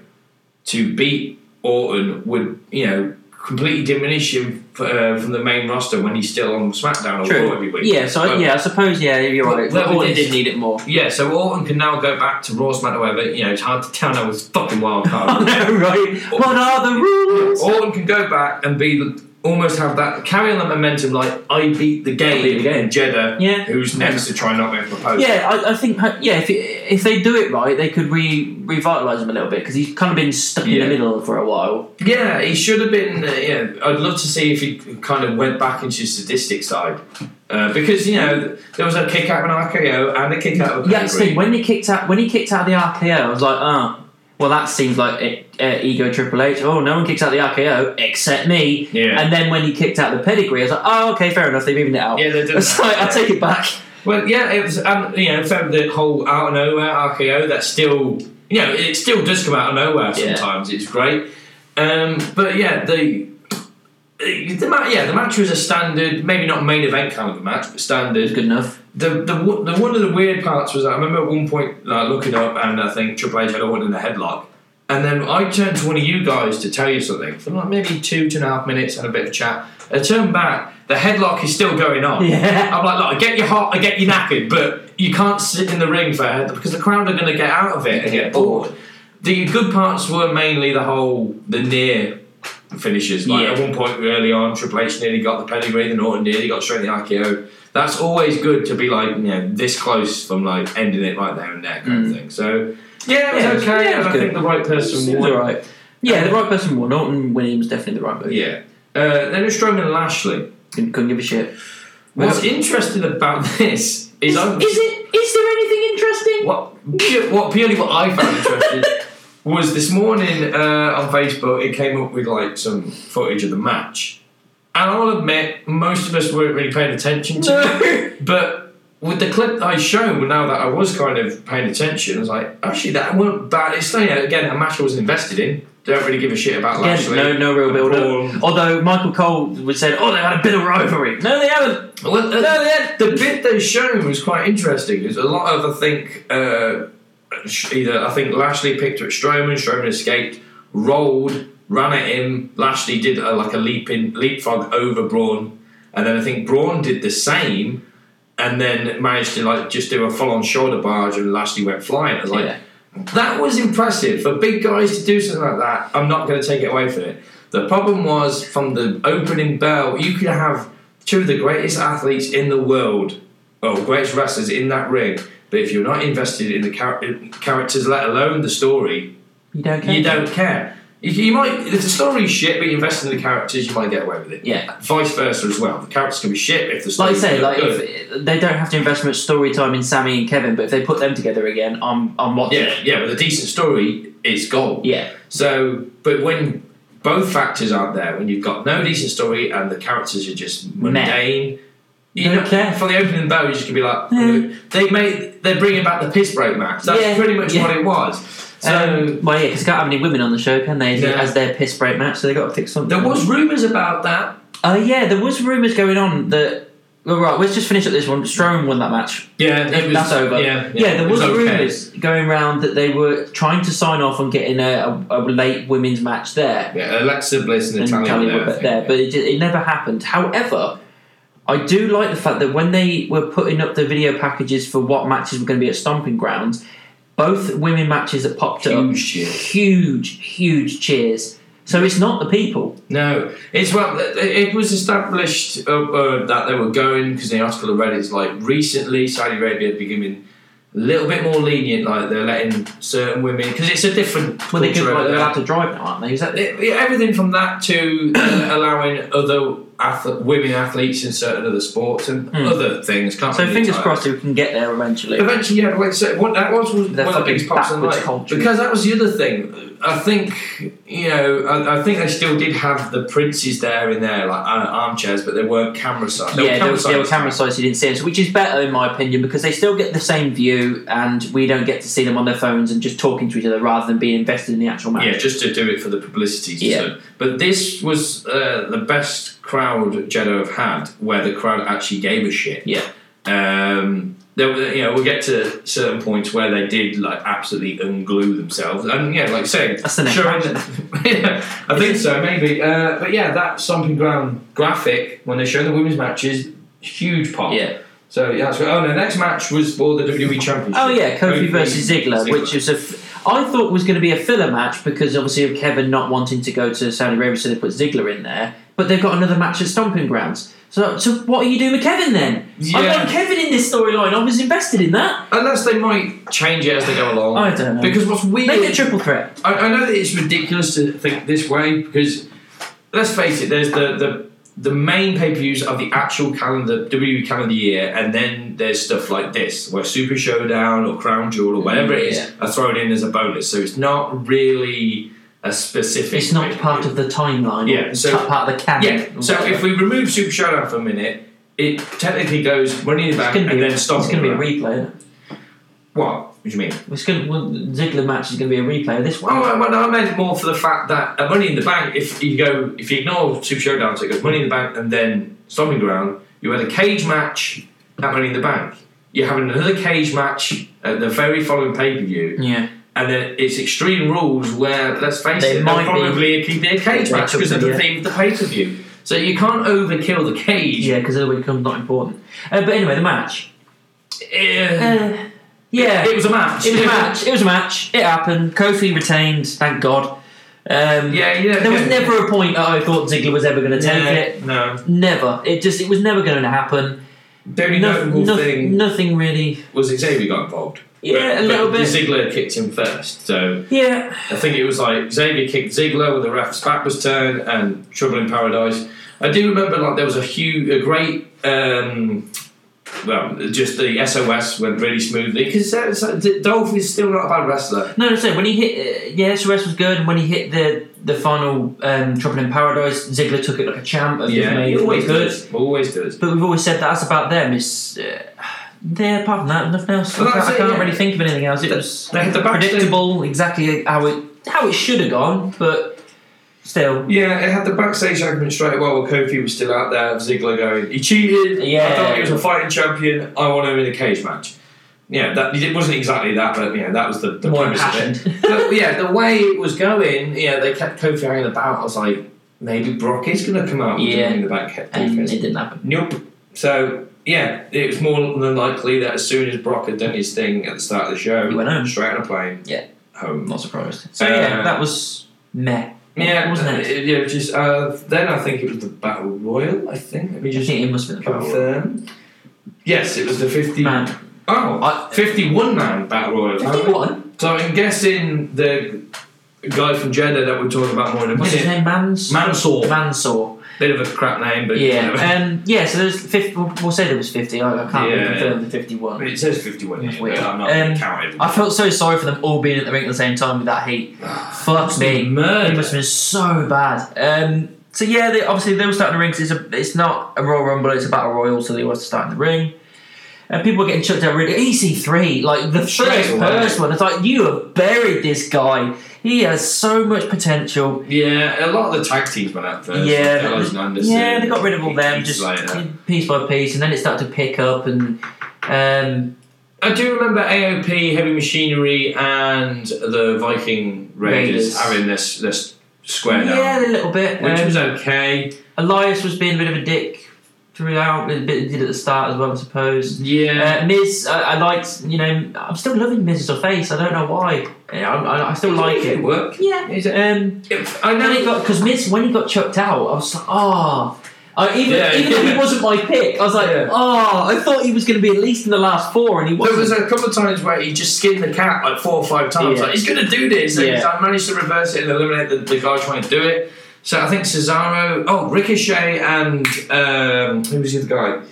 C: to beat Orton would you know completely diminish him uh, from the main roster when he's still on SmackDown or Raw every week.
A: yeah. So I-
C: But-
A: yeah, I suppose yeah, you're
C: But-
A: right.
C: but
A: But Orton
C: with this-
A: did need it more.
C: yeah, so Orton can now go back to Raw SmackDown, whatever. You know, it's hard to tell now with fucking wild card.
A: right. What are the rules?
C: Orton can go back and be the almost have that carry on that momentum. Like I beat the game,
A: beat the game.
C: in Jeddah.
A: Yeah.
C: Who's next to try not get proposed?
A: Yeah, I, I think yeah. If if they do it right, they could re revitalize him a little bit because he's kind of been stuck in
C: Yeah.
A: the middle for a while.
C: Yeah, he should have been. Uh, yeah, I'd love to see if he kind of went back into his sadistic side. Uh, because you know there was a kick out of an RKO and a kick out of a
A: Yeah, that's the
C: pedigree.
A: thing. When he kicked out when he kicked out the RKO, I was like, oh, well, that seems like e- uh, ego Triple H. Oh, no one kicks out the RKO except me.
C: Yeah.
A: And then when he kicked out the pedigree, I was like, oh, okay, fair enough. They've evened it out.
C: Yeah, they did
A: It's
C: that,
A: like, I'll
C: yeah.
A: take it back.
C: Well, yeah, it was, um, you know, fair the whole out of nowhere RKO that still, you know, it still does come out of nowhere
A: Yeah.
C: sometimes. It's great, um, but yeah, the. The match, yeah, the match was a standard, maybe not main event kind of a match, but standard.
A: It's good enough.
C: The, the wo- the one of the weird parts was I remember at one point like looking up and I think Triple H had Owen in a headlock, and then I turned to one of you guys to tell you something for like maybe two two and a half minutes and a bit of chat. I turned back, the headlock is still going on.
A: Yeah.
C: I'm like, look, I get you hot, I get you knackered, but you can't sit in the ring for a headlock because the crowd are going to get out of it and get bored. The good parts were mainly the whole the near finishes. Like
A: Yeah.
C: at one point early on, Triple H nearly got the pedigree, the Norton nearly got straight in the RKO. That's always good to be like, you know, this close from like ending it right there and there kind of thing. So Mm. yeah, it was
A: Yeah, it was-
C: okay.
A: yeah, it was
C: and I
A: good.
C: think the right person
A: Seems
C: won.
A: alright. Yeah, the right person won. Norton Williams definitely the right move.
C: Yeah. Uh, then it's Strowman and Lashley.
A: Couldn't, couldn't give a shit.
C: What's
A: Well-
C: interesting about this is,
A: Is,
C: I'm-
A: is it? Is there anything interesting?
C: what pu- what purely what I found interesting was this morning uh, on Facebook it came up with like some footage of the match, and I'll admit most of us weren't really paying attention to it. But with the clip that I shown, now that I was kind of paying attention, I was like, actually that weren't bad. It's you know, again a match I wasn't invested in. Don't really give a shit about
A: Again,
C: Lashley.
A: no, no real build
C: Braun.
A: up. Although Michael Cole was said, "Oh, they had a bit of rivalry." No, they haven't.
C: Well, uh,
A: No, they had.
C: the bit they shown was quite interesting. There's a lot of, I think, uh, sh- either I think Lashley picked up Strowman, Strowman escaped, rolled, ran at him. Lashley did a, like a leap in, leapfrog over Braun, and then I think Braun did the same, and then managed to like just do a full-on shoulder barge, and Lashley went flying. I was like,
A: Yeah.
C: that was impressive for big guys to do something like that. I'm not going to take it away from it. The problem was from the opening bell, you could have two of the greatest athletes in the world, or greatest wrestlers in that ring. But if you're not invested in the char- characters, let alone the story,
A: You don't care.
C: you don't care. You, you might if the story's shit, but you invest in the characters, you might get away with it.
A: Yeah.
C: Vice versa as well. The characters can be shit if the
A: Like I
C: story's
A: say,
C: not
A: like
C: good.
A: if they don't have to invest much story time in Sammy and Kevin, but if they put them together again, I'm I'm watching.
C: yeah, yeah, with a decent story, it's gold.
A: Yeah.
C: So, but when both factors aren't there, when you've got no decent story and the characters are just mundane, you
A: Don't
C: know,
A: care.
C: for the opening bell, you're just gonna be like,
A: Yeah.
C: they made, they're bringing back the piss break match. That's
A: Yeah,
C: pretty much
A: yeah.
C: what it was. So.
A: um, well, yeah, because can't have any women on the show, can they? As,
C: No.
A: as their piss break match, so they got to pick something.
C: there was rumours about that.
A: Oh yeah, there was rumours going on that. Well, right, let's just finish up this one. Strowman won that match.
C: Yeah,
A: that's over.
C: Yeah,
A: there
C: it
A: was,
C: okay.
A: rumours going around that they were trying to sign off on getting a, a, a late women's match there,
C: Yeah, Alexa Bliss and,
A: and
C: Italian
A: Cali
C: there, I
A: were
C: think,
A: there,
C: yeah.
A: but it, ju- it never happened. However, I do like the fact that when they were putting up the video packages for what matches were going to be at Stomping Grounds, both women matches that popped up,
C: Huge cheers.
A: huge, huge cheers. So it's not the people.
C: No, it's well. it- It was established uh, uh, that they were going because the article I read is like recently Saudi Arabia becoming a little bit more lenient, like they're letting certain women because it's a different.
A: Well, they could, like,
C: culture over
A: they're
C: there.
A: allowed to drive now, aren't they? Is that it?
C: It- it- everything from that to uh, allowing other athlete, women athletes in certain other sports and other things. Can't
A: Hmm. So
C: really
A: fingers
C: tie it.
A: crossed we can get there eventually.
C: Eventually, yeah, but like I said, what that was was
A: They're
C: one of the
A: fucking
C: biggest pops in the
A: backwards
C: night.
A: culture.
C: Because that was the other thing. I think you know, I, I think they still did have the princes there in their like ar- armchairs, but they weren't camera size. They
A: yeah,
C: were
A: there
C: camera
A: was, there were
C: size.
A: camera sites you didn't see us, which is better in my opinion because they still get the same view and we don't get to see them on their phones and just talking to each other rather than being invested in the actual match.
C: Yeah, just to do it for the publicity.
A: Yeah.
C: So. But this was uh, the best crowd Jeddah have had, where the crowd actually gave a shit.
A: Yeah.
C: Um, there, were- you know, we'll get to certain points where they did like absolutely unglue themselves, and yeah, like saying
A: That's the next
C: showing-
A: match.
C: yeah, I think so, maybe. Uh, but yeah, that stomping ground graphic when they show the women's matches, huge pop.
A: Yeah.
C: So yeah, that's great. Oh, no, the next match was for the WWE Championship.
A: Oh yeah, Kofi versus Ziggler, which is a. F- I thought was going to be a filler match because obviously of Kevin not wanting to go to Saudi Arabia, so they put Ziggler in there. But they've got another match at Stomping Grounds. So, so what are you doing with Kevin then? I
C: Yeah.
A: want Kevin in this storyline. I was invested in that.
C: Unless they might change it as they go along.
A: I don't know.
C: Because what's weird.
A: Make it a triple threat.
C: I, I know that it's ridiculous to think this way because let's face it, there's the the, the main pay per views of the actual calendar WWE calendar year, and then there's stuff like this where Super Showdown or Crown Jewel or whatever it is
A: Yeah.
C: are thrown in as a bonus. So it's not really a specific.
A: It's not part of the timeline.
C: Yeah,
A: or
C: so-
A: not part of the canon.
C: Yeah. So if we remove Super Showdown for a minute, it technically goes Money
A: it's
C: in the Bank
A: going to
C: and
A: be,
C: then
A: it's
C: stops.
A: going to be a replay. isn't it?
C: what? What do you mean?
A: It's going to, well, Ziggler match is going to be a replay of this one.
C: Oh, well, well, no, I meant more for the fact that at Money in the Bank, if you go, if you ignore Super Showdown, so it goes Money in the Bank and then Stomping Ground, you had a cage match at Money in the Bank. You're having another cage match at the very following pay per view,
A: Yeah.
C: and then it's Extreme Rules where, let's face
A: They
C: it,
A: might
C: they'll probably keep a cage
A: They
C: match
A: could
C: because
A: be,
C: of the
A: yeah.
C: theme of the pay per view. So you can't overkill the cage.
A: Yeah, because otherwise it becomes not important. Uh, but anyway, the match.
C: Eh,
A: Uh, yeah.
C: It was a match.
A: It was a match. It was a match. It happened. Kofi retained. Thank God. Um,
C: Yeah, yeah.
A: There was
C: yeah.
A: never a point that I thought Ziggler was ever going to take
C: No,
A: it.
C: No.
A: Never. It just. It was never going to happen.
C: The only
A: No-
C: notable
A: no-
C: thing
A: Nothing really.
C: was Xavier got involved.
A: Yeah,
C: but,
A: a little
C: but
A: bit.
C: Ziggler kicked him first, so
A: Yeah.
C: I think it was like Xavier kicked Ziggler when the ref's back was turned, and Trouble in Paradise. I do remember like there was a huge, a great, um, well, just the SOS went really smoothly because Dolph is still not a bad wrestler.
A: No, no. So when he hit, uh, yeah, SOS was good. And when he hit the the final um, Trouble in Paradise, Ziggler took it like a champ. and just
C: Yeah,
A: made
C: he
A: it
C: always
A: good.
C: does. Always does.
A: But we've always said that's about them. It's uh, yeah. Apart from that, nothing else.
C: Well,
A: I
C: that's
A: can't, I
C: it,
A: can't
C: yeah.
A: really think of anything else. It was
C: They had the backstage-
A: predictable, exactly how it how it should have gone, but still.
C: Yeah, it had the backstage argument straight away while Kofi was still out there. Ziggler going, he cheated. I
A: Yeah.
C: thought he was a fighting champion. I want him in a cage match. Yeah, that it wasn't exactly that, but yeah, that was the, the
A: More
C: premise of
A: impassioned.
C: it. but yeah, the way it was going, yeah, they kept Kofi hanging about. I was like, maybe Brock is going to come out with
A: Yeah.
C: him in the back
A: And it
C: defense.
A: didn't happen.
C: Nope. So yeah, it was more than likely that as soon as Brock had done his thing at the start of the show,
A: He went home.
C: straight on a plane,
A: Yeah. I'm
C: home.
A: not surprised. So
C: Uh,
A: yeah, that was meh.
C: Yeah,
A: wasn't it?
C: uh, Yeah, just uh, then I think it was the Battle Royal. I think. Let me
A: I
C: just
A: think it must have been the problem.
C: confirm. Yes, it was the fifty.
A: Man,
C: Oh,
A: I-
C: 51 man Battle Royal.
A: fifty-one.
C: So I'm guessing the guy from Jeddah that we're talking about more than a
A: What's his
C: minute.
A: name? Mans.
C: Mansour.
A: Mansour.
C: Bit of a crap name, but whatever.
A: Yeah. Um, yeah. So there's fifty. We'll we'll say there was fifty. I, I can't really
C: Yeah.
A: confirm the fifty-one.
C: It says 51
A: That's
C: here,
A: weird.
C: but I'm not
A: Um,
C: counting.
A: I felt so sorry for them all being at the ring at the same time with that heat. Fuck me. It
C: Murder.
A: must have been so bad. Um, so yeah, they, obviously they were starting the ring. 'cause it's a, it's not a Royal Rumble, it's a Battle Royal, so they were starting the ring. And people were getting chucked out really EC3, like the
C: Straight
A: first
C: away.
A: person. It's like you have buried this guy. He has so much potential.
C: Yeah, a lot of the tag teams went out first.
A: yeah,
C: like Ellison
A: they,
C: Anderson,
A: yeah, they got rid of all them
C: Keith
A: just
C: Slater.
A: piece by piece, and then it started to pick up. And um,
C: I do remember AOP, Heavy Machinery, and the Viking Raiders,
A: Raiders.
C: having this this square down,
A: yeah, a little bit.
C: which
A: um,
C: was okay.
A: Elias was being a bit of a dick throughout. A bit did at the start as well, I suppose.
C: Yeah,
A: Uh, Miz, I, I liked, you know, I'm still loving Miz as a face. I don't know why. Yeah, I, uh, I, I still like
C: it
A: it.
C: worked.
A: Yeah.
C: Is it-
A: Um,
C: If- I
A: and
C: know
A: then he
C: it got.
A: got because Miz when he got chucked out, I was like, oh. I, even
C: Yeah,
A: even if he
C: yeah.
A: wasn't my pick, I was like,
C: Yeah.
A: oh, I thought he was going to be at least in the last four, and he
C: There
A: wasn't.
C: was a couple of times where he just skinned the cat like four or five times.
A: Yeah.
C: Like he's going to do this, and
A: Yeah.
C: he's like, managed to reverse it and eliminate the, the guy trying to do it. So I think Cesaro, oh Ricochet, and um, who was the other guy?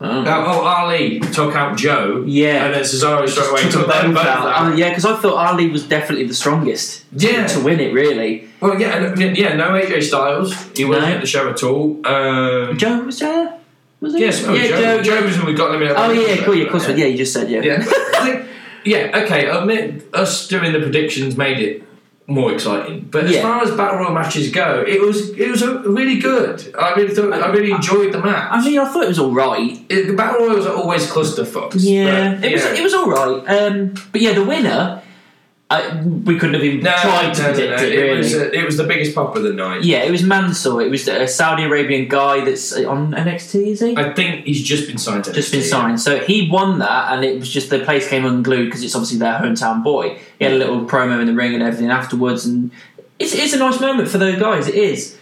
A: Oh.
C: Uh, oh Ali took out Joe.
A: Yeah.
C: and then Cesaro straight away took them both out.
A: Oh, yeah, because I thought Ali was definitely the strongest
C: Yeah.
A: to win it. Really,
C: Well, Oh, yeah, no- yeah, yeah, no AJ Styles. He wasn't
A: No.
C: at the show at all. Um,
A: Joe was there. Was he?
C: yes, oh,
A: yeah,
C: Joe, Joe, was when we got him in.
A: Oh yeah, cool. Yeah, of course. Yeah, you just said yeah.
C: yeah. I think- yeah, okay. I admit, us doing the predictions made it more exciting. But as
A: Yeah.
C: far as battle royal matches go, it was it was a, really good. I really thought I really enjoyed the match.
A: I mean, I thought it was all right.
C: It- the battle royals are always clusterfucks.
A: Yeah,
C: but,
A: it was
C: yeah.
A: it was all right. Um, but yeah, the winner. I, we couldn't have even
C: No,
A: tried to
C: no, no,
A: predict
C: no.
A: it. Really,
C: It, was, uh, it was the biggest pop of the night.
A: yeah, it was Mansour. It was a Saudi Arabian guy that's uh, on NXT, is he?
C: I think he's just been signed to
A: just been
C: NXT.
A: signed. So he won that, and it was just the place came unglued because it's obviously their hometown boy. He had a little promo in the ring and everything afterwards, and it's, it's a nice moment for those guys. It is.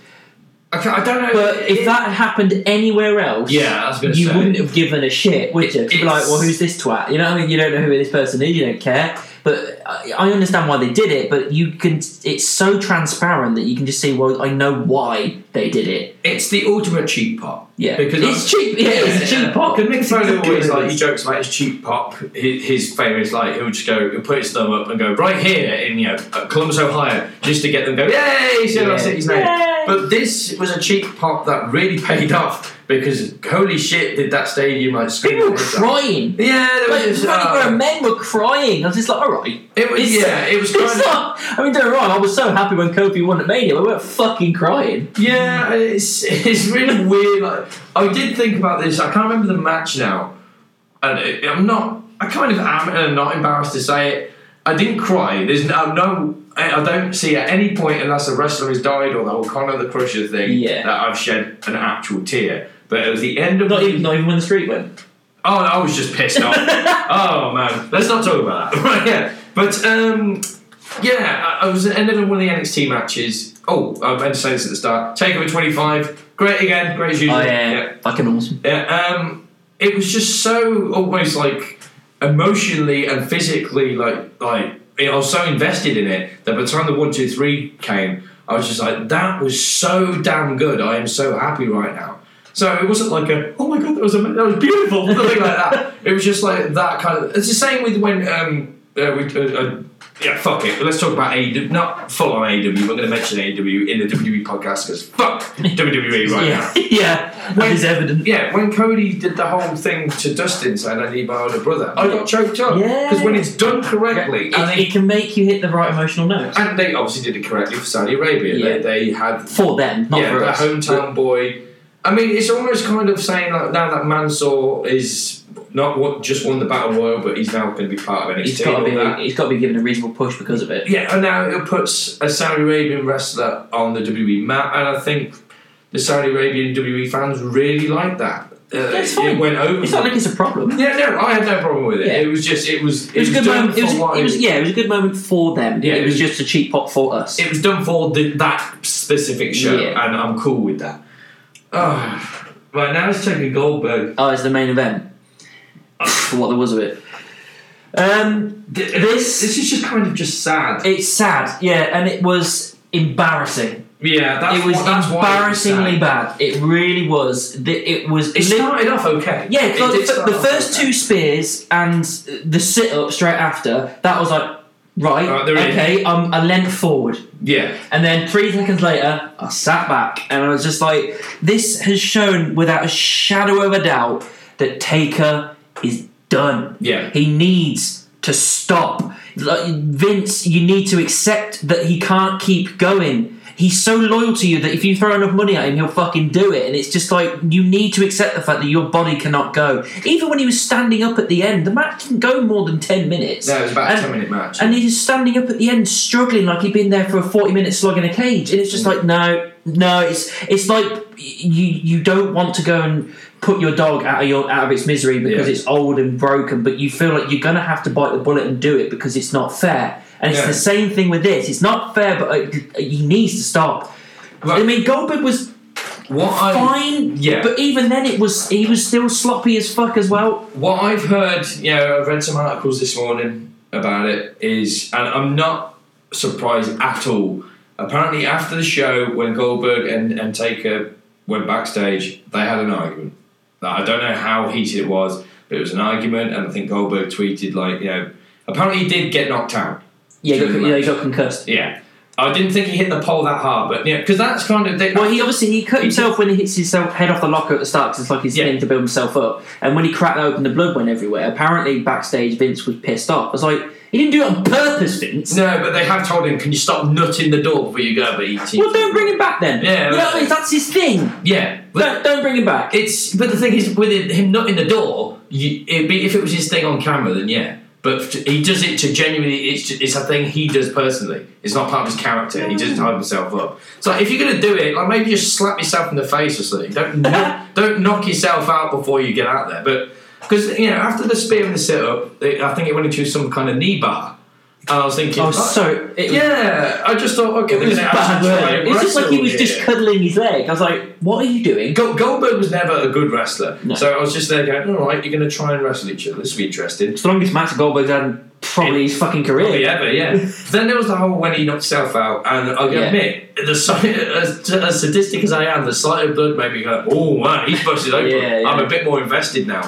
C: I, can't- I don't know.
A: But if
C: it-
A: that had happened anywhere else,
C: Yeah, I was going to
A: you
C: say.
A: wouldn't have given a shit, would you? 'Cause You'd be like,
C: It's-
A: well, who's this twat? You know what I mean? You don't know who this person is. You don't care. But I I understand why they did it. But you can. It's so transparent that you can just see. Well, I know why they did it.
C: It's the ultimate cheap pop.
A: Yeah,
C: Because
A: it's cheap. Yeah, it's cheap pop.
C: Because Mick Foley
A: It's
C: always
A: good.
C: like he jokes about his cheap pop. His, his famous like he'll just go, he'll put his thumb up and go right here in you know Columbus, Ohio, just to get them to go. Yay! So
A: Yeah.
C: that's it. He's made
A: Yay!
C: it. But this was a cheap pop that really paid off because holy shit did that stadium like scream
A: People were
C: at us.
A: crying.
C: Yeah, there
A: Like,
C: was just,
A: bloody grown
C: uh,
A: men were crying. I was just like, all right.
C: it was
A: It's-
C: yeah, it was kind
A: It's
C: of
A: not. I mean, don't get me wrong. I was so happy when Kofi won at Mania. I weren't fucking crying.
C: Yeah, it's it's really weird. Like, I did think about this. I can't remember the match now, and it, I'm not. I kind of am, and I'm not embarrassed to say it. I didn't cry. There's no. no I I don't see at any point, unless a wrestler has died or the whole Conor the Crusher thing,
A: Yeah.
C: that I've shed an actual tear. But it was the end of
A: Not
C: the-
A: even, not even when the street went.
C: Oh, I was just pissed off. oh man, let's not talk about that. Right, yeah, but um, yeah, I, I was at the end of one of the NXT matches. Oh, I meant to say this at the start. Takeover 25, great again, great as usual.
A: Oh yeah, fucking awesome.
C: yeah. yeah, um, it was just so almost like emotionally and physically like like I was so invested in it that by the time the one two three came, I was just like that was so damn good. I am so happy right now. So it wasn't like a oh my god that was ama- that was beautiful nothing like that. It was just like that kind of. It's the same with when um uh, we. Uh, uh, yeah, fuck it. Let's talk about AW. Not full on AW. We're going to mention AW in the WWE podcast because fuck WWE right now.
A: Yeah, yeah. That is evident.
C: Yeah, when Cody did the whole thing to Dustin saying I need my older brother, I got choked up.
A: Yeah.
C: Because when it's done correctly,
A: It,
C: and, they,
A: it can make you hit the right emotional notes
C: and they obviously did it correctly for Saudi Arabia.
A: Yeah.
C: They, they had
A: for them, not
C: yeah,
A: for
C: that
A: us.
C: hometown boy. I mean, it's almost kind of saying like now that Mansour is not what, just won the Battle Royal, but he's now going to be part of NXT.
A: He's got to
C: and all that.
A: be. He's got to be given a reasonable push because of it.
C: Yeah, and now it puts a Saudi Arabian wrestler on the WWE map, and I think the Saudi Arabian WWE fans really like that. Uh,
A: it's fine.
C: It went over.
A: It's not like it's a problem.
C: yeah, no, I had no problem with it.
A: Yeah.
C: It was just, it was,
A: It was a good
C: done
A: moment. It was,
C: for what
A: it was- yeah, it was a good moment for them.
C: Yeah,
A: it
C: it
A: was
C: was-
A: just a cheap pop for us.
C: it was done for the, that specific show,
A: Yeah.
C: and I'm cool with that. Oh, right now it's taking Goldberg.
A: Oh, it's the main event. Pff, what there was of it. Um,
C: Th-
A: This-
C: this is just kind of just sad.
A: it's sad. Yeah, and it was embarrassing.
C: yeah, that's
A: It was
C: why- that's why it was sad.
A: embarrassingly bad. It really was. The- It was.
C: It started off okay.
A: Yeah,
C: It
A: like
C: did
A: the, f-
C: start
A: the
C: off
A: first
C: okay.
A: two spears and the sit up straight after, that was like, right,
C: Right, they're in.
A: okay, um, I leant forward.
C: Yeah,
A: And then three seconds later, I sat back and I was just like, this has shown without a shadow of a doubt that Taker is done.
C: yeah.
A: He needs to stop. Like, Vince, you need to accept that he can't keep going. He's so loyal to you that if you throw enough money at him, he'll fucking do it. And it's just like, you need to accept the fact that your body cannot go. Even when he was standing up at the end, the match didn't go more than 10 minutes.
C: No, it was about a
A: And-
C: 10 minute match.
A: and he's standing up at the end, struggling like he'd been there for a forty minute slog in a cage, and it's just like no, no. It's it's like y- you you don't want to go and put your dog out of your out of its misery because
C: Yeah.
A: it's old and broken, but you feel like you're gonna have to bite the bullet and do it because it's not fair. And it's
C: Yeah.
A: the same thing with this. It's not fair, but uh, he needs to stop.
C: Right.
A: I mean, Goldberg was
C: What I
A: fine,
C: yeah.
A: but even then, it was he was still sloppy as fuck as well.
C: what I've heard, you know, I've read some articles this morning about it. Is and I'm not surprised at all. Apparently, after the show, when Goldberg and, and Taker went backstage, they had an argument. Now, I don't know how heated it was, but it was an argument, and I think Goldberg tweeted like, you know, apparently he did get knocked out.
A: Yeah, he got,
C: Good
A: yeah, he got concussed.
C: Yeah, I didn't think he hit the pole that hard, but yeah, because that's kind of they,
A: Well, he obviously he cut himself when he hits himself head off the locker at the start because it's like he's
C: Yeah.
A: in to build himself up. And when he cracked that open, the blood went everywhere. Apparently, backstage Vince was pissed off. I was like, he didn't do it on purpose, Vince.
C: No, but they have told him, can you stop nutting the door before you go? But he
A: Well, don't bring him back then.
C: Yeah,
A: You know what I mean?
C: right.
A: that's his thing.
C: Yeah,
A: Don't,
C: but
A: don't bring him back.
C: it's but the thing is with it, him nutting the door. You, it'd be if it was his thing on camera, then yeah. But he does it to genuinely. It's ju- it's a thing he does personally. It's not part of his character. He doesn't hype himself up. So if you're gonna do it, like maybe just slap yourself in the face or something. Don't kno- don't knock yourself out before you get out there. But because you know after the spear and the sit up, I think it went into some kind of knee bar, and I was thinking,
A: I
C: oh,
A: was so. It was
C: yeah, I just thought okay,
A: It
C: we're
A: was
C: gonna
A: bad.
C: actually try and
A: It was just like he
C: wrestle
A: was just
C: here.
A: cuddling his leg. I was like, "What are you doing?"
C: Gold- Goldberg was never a good wrestler,
A: No.
C: so I was just there going, all right, you're going to try and wrestle each other. This will be interesting.
A: It's the longest match Goldberg's had in Oh, probably his fucking career.
C: Probably ever, yeah. then there was the whole when he knocked himself out, and I'll
A: Yeah.
C: admit, the sight, as, as sadistic as I am, the sight of blood made me go, oh man, he's busted open.
A: Yeah, yeah.
C: I'm a bit more invested now.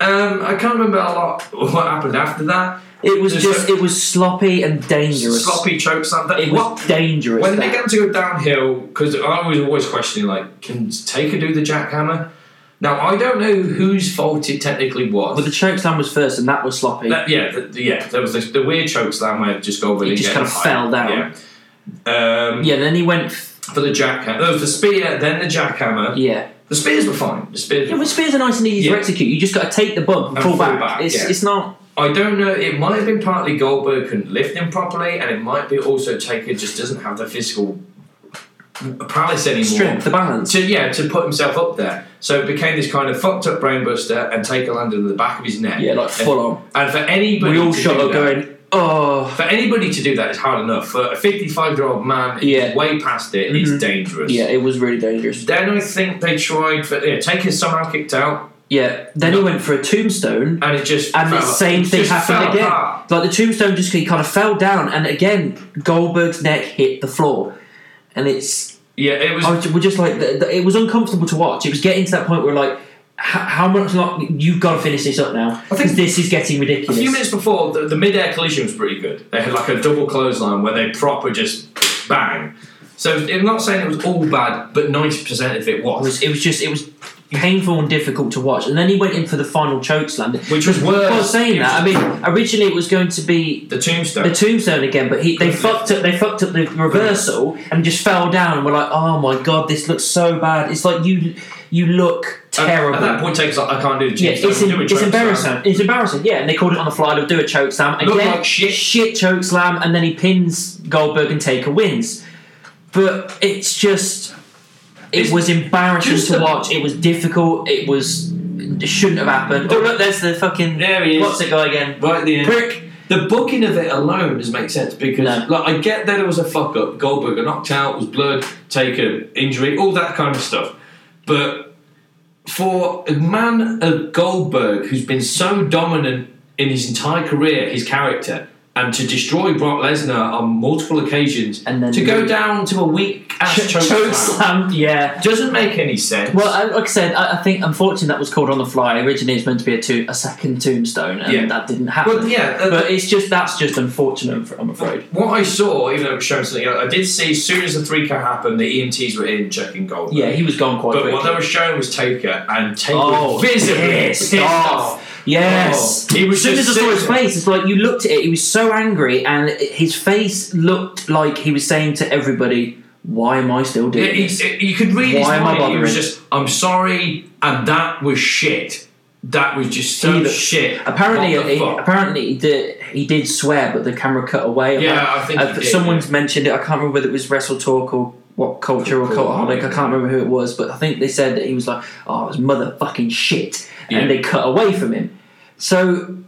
C: Um, I can't remember a lot what happened after that.
A: It was
C: Just
A: just. It was sloppy and dangerous.
C: Sloppy choke slam. That-
A: It was
C: what?
A: dangerous.
C: When
A: that.
C: they get to go downhill, because I was always questioning, like, can Taker do the jackhammer? Now I don't know whose fault it technically was.
A: But the chokeslam was first, and that was sloppy.
C: That- yeah, the, the- yeah. There was this, the weird choke slam where just Goldberg
A: He just kind
C: didn't get
A: of
C: the
A: fell
C: fight.
A: down.
C: Yeah. Um,
A: yeah, then he went.
C: For the jackhammer, there was the spear, then the jackhammer.
A: Yeah,
C: The spears were fine. The spears.
A: yeah.
C: Were
A: But spears are nice and easy
C: Yeah.
A: to execute. You just got to take the bump and,
C: And
A: fall
C: fall
A: back.
C: back,
A: It's
C: yeah.
A: it's not.
C: I don't know. It might have been partly Goldberg couldn't lift him properly, and it might be also Taker just doesn't have the physical prowess anymore.
A: Strength, the balance.
C: to yeah to put himself up there. So it became this kind of fucked up brainbuster and Taker landed on the back of his neck.
A: Yeah, like full on.
C: And for anybody,
A: We all
C: to
A: shot
C: do
A: up
C: that-
A: going, oh.
C: For anybody to do that is hard enough. For a 55 year old man, who's
A: Yeah.
C: way past it.
A: Mhm.
C: It's dangerous.
A: Yeah, it was really dangerous.
C: Then I think they tried for yeah, Taker somehow kicked out,
A: Yeah, then he went for a tombstone,
C: and it just
A: and
C: fell,
A: the same
C: it
A: thing
C: just
A: happened
C: fell
A: again.
C: apart.
A: Like the tombstone just kind of fell down, and again Goldberg's neck hit the floor, and it's
C: Yeah, it was
A: I was, we're just like the, the- it was uncomfortable to watch. It was getting to that point where like. How how much long you've got to finish this up now?
C: I think-
A: Because this is getting
C: a
A: ridiculous.
C: few minutes before the, the mid-air collision was pretty good. They had like a double clothesline where they proper just bang. So I'm not saying it was all bad, but 90% of it
A: It was, it was just it was painful and difficult to watch. And then he went in for the final choke slam,
C: Which was worse.
A: Before saying
C: It was-
A: that, I mean, originally it was going to be
C: The tombstone.
A: the tombstone again, but he they fucked up. They fucked up the reversal and just fell down. And we're like, oh my god, this looks so bad. It's like you you look
C: At-
A: terrible.
C: At, that point, Taker's like, I can't do the
A: yeah,
C: tombstone.
A: it's,
C: I'm
A: en-
C: doing
A: it's
C: choke slam."
A: embarrassing. It's embarrassing. Yeah, and they called it on the fly. They'll do a choke slam
C: Looked
A: again.
C: like shit.
A: choke slam, and then he pins Goldberg and Taker wins. But it's just it
C: It's
A: was embarrassing
C: just
A: to
C: the-
A: watch. It was difficult. It was it shouldn't have happened. Oh look, there's the fucking
C: There he is.
A: what's the guy again?
C: Right at the end.
A: Brick.
C: The booking of it alone does make sense because,
A: No.
C: like, I get that it was a fuck up. Goldberg got knocked out, was blood, Taker injury, all that kind of stuff. But for a man of Goldberg who's been so dominant in his entire career, his character, and to destroy Brock Lesnar on multiple occasions,
A: And then
C: to go down to a weak ass
A: Ch-
C: choke,
A: choke
C: slam
A: slam. Yeah.
C: doesn't make any sense.
A: Well, I- like I said, I, I think unfortunately that was called on the fly. Originally, it's meant to be a, two, a second tombstone, and
C: Yeah.
A: that didn't happen.
C: Well, yeah, uh,
A: but it's just that's just unfortunate. I'm fr- I'm afraid.
C: What I saw, even though it was showing something else, I did see as soon as the three count happened, the EMTs were in checking Goldberg.
A: Yeah, he was gone quite
C: But
A: quickly.
C: what they were showing was Taker, and Taker
A: oh,
C: was visibly
A: pissed
C: pissed
A: off. Yes.
C: Oh, he was
A: as soon as
C: just
A: I saw his
C: sitting there.
A: face, it's like you looked at it. He was so angry, and his face looked like he was saying to everybody, "Why am I still doing
C: Yeah, he-
A: this?"
C: he- you could read his
A: Why am I
C: mind. He was
A: bothering?
C: just, "I'm sorry," and that was shit. That was just so
A: He-
C: shit.
A: Apparently,
C: What the
A: he,
C: fuck?
A: apparently he did, he did swear, but the camera cut away.
C: Yeah,
A: Appa-
C: I think he did,
A: someone's mentioned it. I can't remember whether it was Wrestle Talk or what culture or
C: Cool.
A: cultaholic. I can't remember who it was, but I think they said that he was like, "Oh, it was motherfucking shit,"
C: Yeah.
A: and they cut away from him. So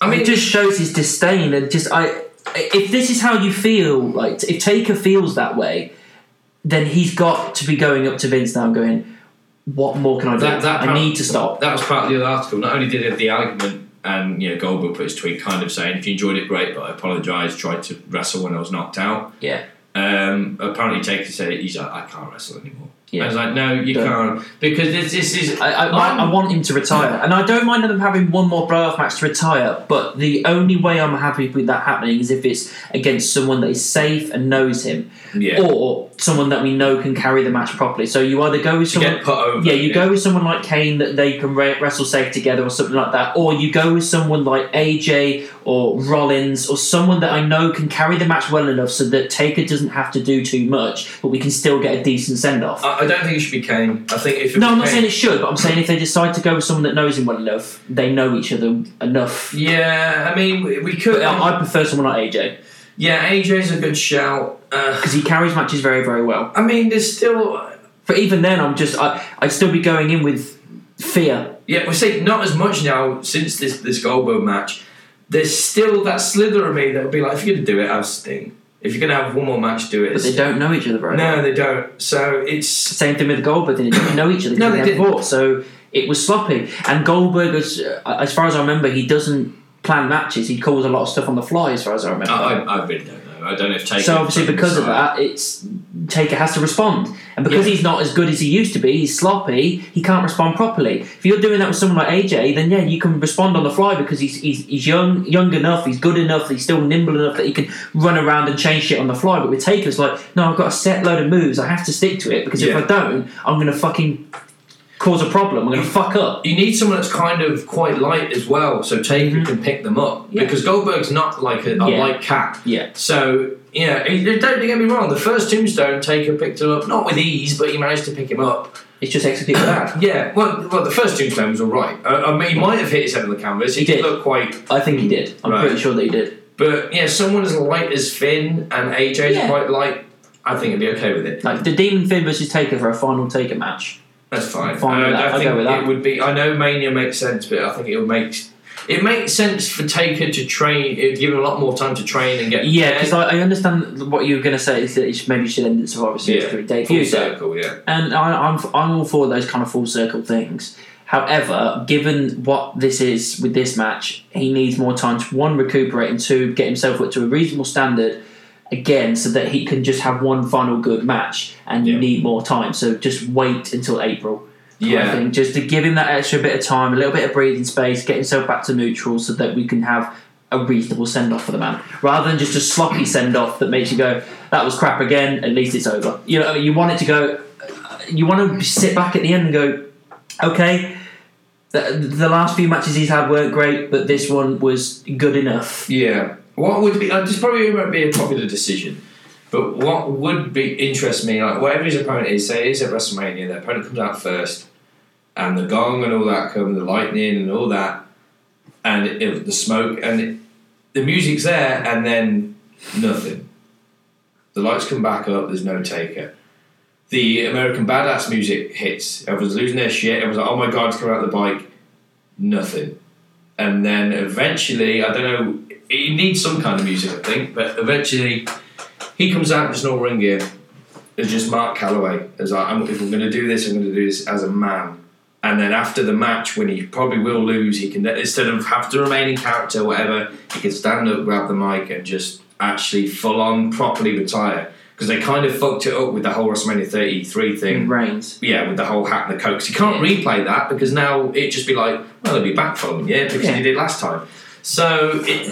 C: I mean,
A: it just shows his disdain and just I. If this is how you feel, like if Taker feels that way, then he's got to be going up to Vince now, and going, "What more can I do?
C: That- that
A: I
C: part-
A: need to stop."
C: That was part of the other article. Not only did it have the argument, and you know, Goldberg put his tweet kind of saying, "If you enjoyed it, great, but I apologise. Tried to wrestle when I was knocked out."
A: Yeah.
C: Um, apparently, Taker said he's like, "I can't wrestle anymore."
A: Yeah.
C: I was like, "No, you
A: Don't.
C: can't," because this, this is.
A: I, I,
C: Um,
A: I, I want him to retire, and I don't mind them having one more blow-off match to retire. But the only way I'm happy with that happening is if it's against someone that is safe and knows him,
C: yeah.
A: or someone that we know can carry the match properly. So you either go with
C: to
A: someone,
C: get put over.
A: yeah, you go with someone like Kane that they can re- wrestle safe together, or something like that, or you go with someone like AJ or Rollins, or someone that I know can carry the match well enough so that Taker doesn't have to do too much, but we can still get a decent send-off.
C: I, I don't think it should be Kane. I think if it
A: No,
C: was
A: I'm not
C: Kane-
A: saying it should, but I'm saying if they decide to go with someone that knows him well enough, they know each other enough.
C: Yeah, um, I mean we, we could.
A: But I I prefer someone like AJ
C: yeah, AJ's a good shout. Uh,
A: because he carries matches very, very well.
C: I mean, there's still
A: But even then, I'm just I, I'd still be going in with fear.
C: yeah. We say not as much now since this this Goldberg match. There's still that slither of me that would be like, if you're gonna do it, have Sting. If you're gonna have one more match, do it.
A: But they don't know each other very well.
C: no, they don't. So it's
A: Same thing with Goldberg. They didn't know each other. 'cause
C: No, they
A: never
C: didn't.
A: fought, so it was sloppy. And Goldberg, as, uh, as far as I remember, he doesn't plan matches. He calls a lot of stuff on the fly, as far as I remember.
C: I, I, I really don't know. I don't know if Taker.
A: so obviously, because of that, it's Taker has to respond, and because
C: Yeah.
A: he's not as good as he used to be, he's sloppy. He can't respond properly. If you're doing that with someone like AJ, then yeah, you can respond on the fly because he's he's, he's young, young enough, he's good enough, he's still nimble enough that he can run around and change shit on the fly. But with Taker, it's like, no, I've got a set load of moves. I have to stick to it because
C: Yeah.
A: if I don't, I'm gonna fucking cause a problem. I'm gonna fuck up.
C: you need someone that's kind of quite light as well, so Taker
A: Mhm.
C: can pick them up
A: Yeah.
C: because Goldberg's not like a, a
A: Yeah.
C: light cat.
A: Yeah.
C: So yeah, it- it- don't get me wrong. The first Tombstone Taker picked him up not with ease, but he managed to pick him up. Uh,
A: It's just executed bad.
C: Yeah, well, well, the first Tombstone was all right. Uh, I mean, he might have hit his head on the canvas. He,
A: He
C: did
A: did.
C: look quite,
A: I think he did. I'm
C: Right.
A: pretty sure that he did.
C: but yeah, someone as light as Finn and AJ's
A: Yeah.
C: quite light. I think it'd be okay with it.
A: Like the Demon Finn versus Taker for a final Taker match.
C: That's fine.
A: Fine
C: I,
A: with that.
C: I
A: I'll
C: think
A: go with that.
C: it would be. I know Mania makes sense, but I think it would make it makes sense for Taker to train. It would give him a lot more time to train and get.
A: Yeah, because I, I understand what you were going to say is that you should, maybe you should end at Survivor Series
C: Yeah.
A: through
C: full
A: debut, day.
C: circle. Yeah.
A: and I, I'm I'm all for those kind of full circle things. However, given what this is with this match, he needs more time to one recuperate and two get himself up to a reasonable standard again, so that he can just have one final good match. And
C: Yeah.
A: you need more time, so just wait until April. kind of
C: Yeah.
A: thing, just to give him that extra bit of time, a little bit of breathing space, get himself back to neutral, so that we can have a reasonable send off for the man, rather than just a sloppy send off that makes you go, "That was crap again." At least it's over. You know, you want it to go. uh, You want to sit back at the end and go, "Okay." The, the last few matches he's had weren't great, but this one was good enough.
C: Yeah. What would be? Uh, this probably won't be a popular decision, but what would be interest me? Like whatever his opponent is, say it is at WrestleMania, their opponent comes out first, and the gong and all that come, the lightning and all that, and it, the smoke and it, the music's there, and then nothing. The lights come back up. There's no taker. The American Badass music hits. Everyone's losing their shit. Everyone's like, "Oh my god, it's coming out the bike." Nothing and then eventually, I don't know, he needs some kind of music, I think, but eventually he comes out in his normal ring gear. It's just Mark Calloway. As like, I'm, if I'm going to do this, I'm going to do this as a man. And then after the match, when he probably will lose, he can instead of have to remain in character, whatever, he can stand up, grab the mic, and just actually full on properly retire. Because they kind of fucked it up with the whole WrestleMania 33 thing
A: In Reigns,
C: yeah, with the whole hat and the coke. 'Cause you can't replay that because now it'd just be like, well, they'll be back following year because
A: Yeah.
C: you did last time. So it,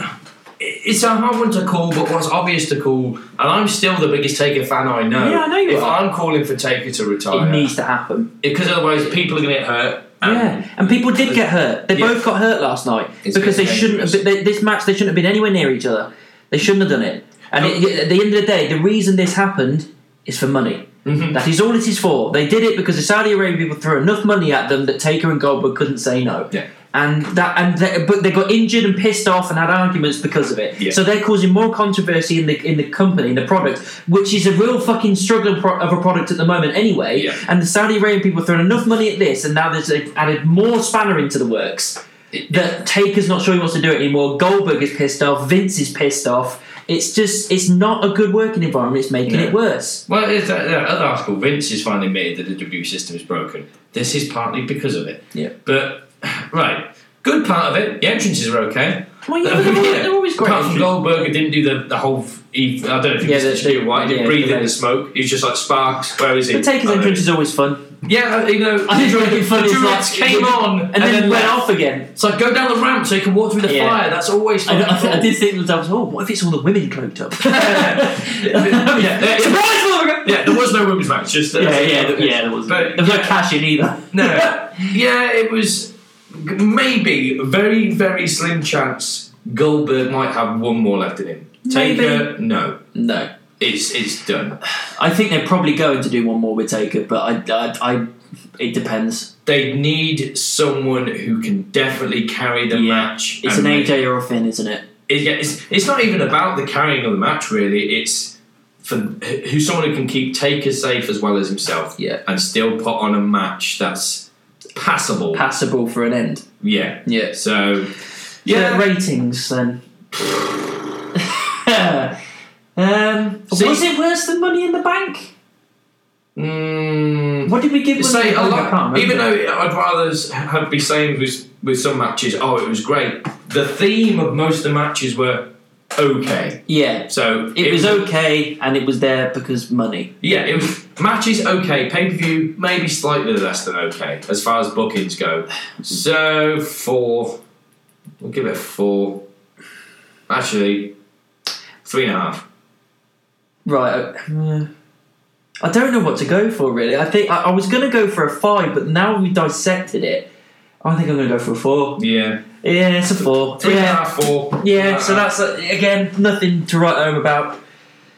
C: it's a hard one to call, but what's obvious to call, and I'm still the biggest Taker fan I know.
A: Yeah, I know you
C: If
A: are.
C: I'm calling for Taker to
A: it
C: retire,
A: needs to happen.
C: because otherwise people are going to get hurt. and-
A: yeah, and people did get hurt. They
C: Um, Yeah.
A: both got hurt last night
C: It's
A: because they
C: getting
A: shouldn't. Have,
C: dangerous.
A: they, this match, they shouldn't have been anywhere near each other. They shouldn't have done it. And
C: No.
A: it, at the end of the day, the reason this happened is for money.
C: Mhm.
A: That is all it is for. They did it because the Saudi Arabian people threw enough money at them that Taker and Goldberg couldn't say no.
C: Yeah.
A: And that, and they, but they got injured and pissed off and had arguments because of it.
C: Yeah.
A: So they're causing more controversy in the in the company, in the product, which is a real fucking struggle pro- of a product at the moment anyway.
C: Yeah.
A: And the Saudi Arabian people throwing enough money at this, and now there's a, added more spanner into the works. That Taker's not sure he wants to do it anymore. Goldberg is pissed off. Vince is pissed off. It's just it's not a good working environment. It's making
C: No.
A: it worse.
C: Well, it's that, that other article, Vince has finally admitted that the W E system is broken. This is partly because of it.
A: Yeah.
C: But, right, good part of it, the entrances are okay.
A: Well, yeah, they're, always,
C: Yeah.
A: they're always great.
C: Apart from Goldberg, who didn't do the, the whole. He, I don't know if he
A: Yeah,
C: was
A: the-
C: the Steel White. He
A: yeah,
C: didn't breathe
A: the
C: in the
A: red.
C: smoke. He was just like sparks. Where is he?
A: But Taker's
C: I don't know.
A: entrance is always fun.
C: Yeah, uh, you know.
A: I think
C: the
A: it's really funny, it's
C: Durex
A: like-
C: came on
A: And, then, went
C: left.
A: off again.
C: So go down the ramp so you can walk through the
A: Yeah.
C: fire. That's always
A: I,
C: fun.
A: I, I did think to myself, oh, what if it's all the women cloaked up?
C: yeah.
A: Surprise, motherfucker!
C: yeah, there was no women's match. Just
A: Yeah, yeah, th- yeah, there was.
C: But-
A: There was no cash in either.
C: No, yeah, it was maybe a very very slim chance Goldberg might have one more left in him.
A: Maybe.
C: Taker, no.
A: No.
C: It's it's done.
A: I think they're probably going to do one more with Taker, but I, I, I it depends.
C: They need someone who can definitely carry the
A: Yeah.
C: match.
A: It's an
C: and make-
A: AJ or a Finn, isn't it?
C: it, yeah, it's, it's not even about the carrying of the match really. It's for who's someone who can keep Taker safe as well as himself.
A: Yeah.
C: and still put on a match that's passable.
A: Passable for an end.
C: yeah.
A: Yeah.
C: So
A: Yeah.
C: yeah,
A: ratings then. um,
C: See-
A: was it worse than Money in the Bank?
C: mm,
A: What did we give? Money
C: say
A: in the
C: a
A: Bank? I can't
C: lot.
A: remember.
C: Even though I'd rather s- have be saying with with some matches, oh, it was great. The theme of most of the matches were okay.
A: yeah,
C: So
A: it was okay, and it was there because money.
C: Yeah, it was matches okay. Pay per view maybe slightly less than okay as far as bookings go. So four, we'll give it a four. Actually, three and a half.
A: Right. uh, I don't know what to go for really. I think I, I was going to go for a five, but now we dissected it. I think I'm going to go for a four.
C: Yeah,
A: Yeah, it's a four.
C: three and a
A: yeah.
C: half, four.
A: Yeah, so that's uh, again nothing to write home about.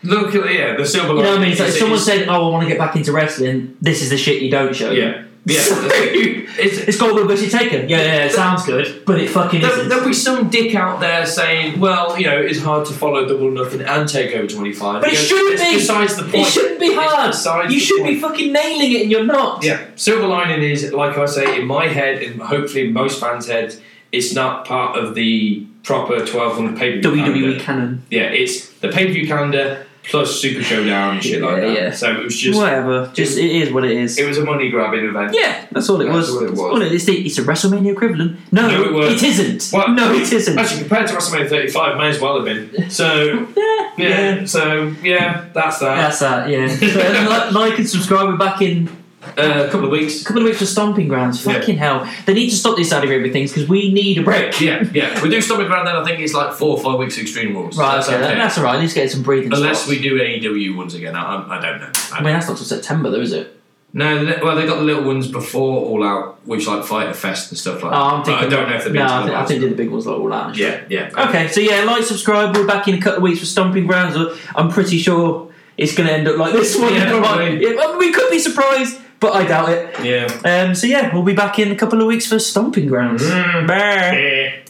C: look at yeah the
A: You
C: silver.
A: know what I
C: lining
A: mean? It's like
C: is-
A: someone
C: is-
A: said, "Oh, I want to get back into wrestling." This is the shit you don't show.
C: yeah yeah.
A: So-
C: that's it. It's-
A: It's got all the bushy taken. Yeah, yeah, yeah, it sounds good, but it fucking
C: There'll,
A: isn't.
C: there'll be some dick out there saying, "Well, you know, it's hard to follow double nothing and take over twenty five.
A: But it shouldn't
C: it's
A: be.
C: Besides the point,
A: it shouldn't be
C: It's
A: hard.
C: besides
A: You
C: the
A: should
C: point.
A: be fucking nailing it, and you're not.
C: Yeah, silver lining is, like I say, in my head, and hopefully in most fans' heads, it's not part of the proper 12 month pay per view
A: WWE
C: calendar.
A: canon.
C: Yeah, it's the pay per view calendar plus Super Showdown and shit like
A: Yeah,
C: that.
A: yeah.
C: So it was just,
A: Whatever. Just it is what it is.
C: it was a money grabbing event.
A: yeah, that's all it
C: That's
A: was.
C: all it was.
A: Well, it's, the, it's a WrestleMania equivalent. No,
C: No, it weren't.
A: it isn't.
C: Well,
A: no, it isn't.
C: Actually, compared to WrestleMania 35, may as well have been. So,
A: yeah,
C: yeah, so yeah, that's that.
A: That's that. Yeah. so, like, like and subscribe. We're back in
C: Uh, a couple of
A: a
C: weeks.
A: couple of weeks for stomping grounds.
C: Yeah.
A: Fucking hell! They need to stop these Saudi Arabia things because we need a break.
C: Yeah, yeah. We do stop it around then, I think it's like four or five weeks of Extreme Rules.
A: Right,
C: that's
A: okay, that- that's all right. Let's get some breathing.
C: Unless
A: spots.
C: we do AEW E ones again, I, I I don't know. I
A: I mean, that's not till September, though, is it?
C: No, the- well, they got the little ones before All Out, which like Fighter Fest and stuff like
A: Oh,
C: that.
A: I'm thinking.
C: But I don't know if they've been
A: no,
C: to
A: I
C: the
A: think, I
C: last
A: think they're the big ones like all that.
C: one.
A: and
C: Yeah, yeah.
A: shit. Okay, so yeah, like, subscribe. We're back in a couple of weeks for Stomping Grounds. Uh, I'm pretty sure it's going to end up like this one.
C: Yeah,
A: Right.
C: probably.
A: Yeah, well, we could be surprised, but I doubt it.
C: Yeah.
A: Um, so yeah, we'll be back in a couple of weeks for Stomping Grounds.
C: Mm.
A: Bye.
C: Eh.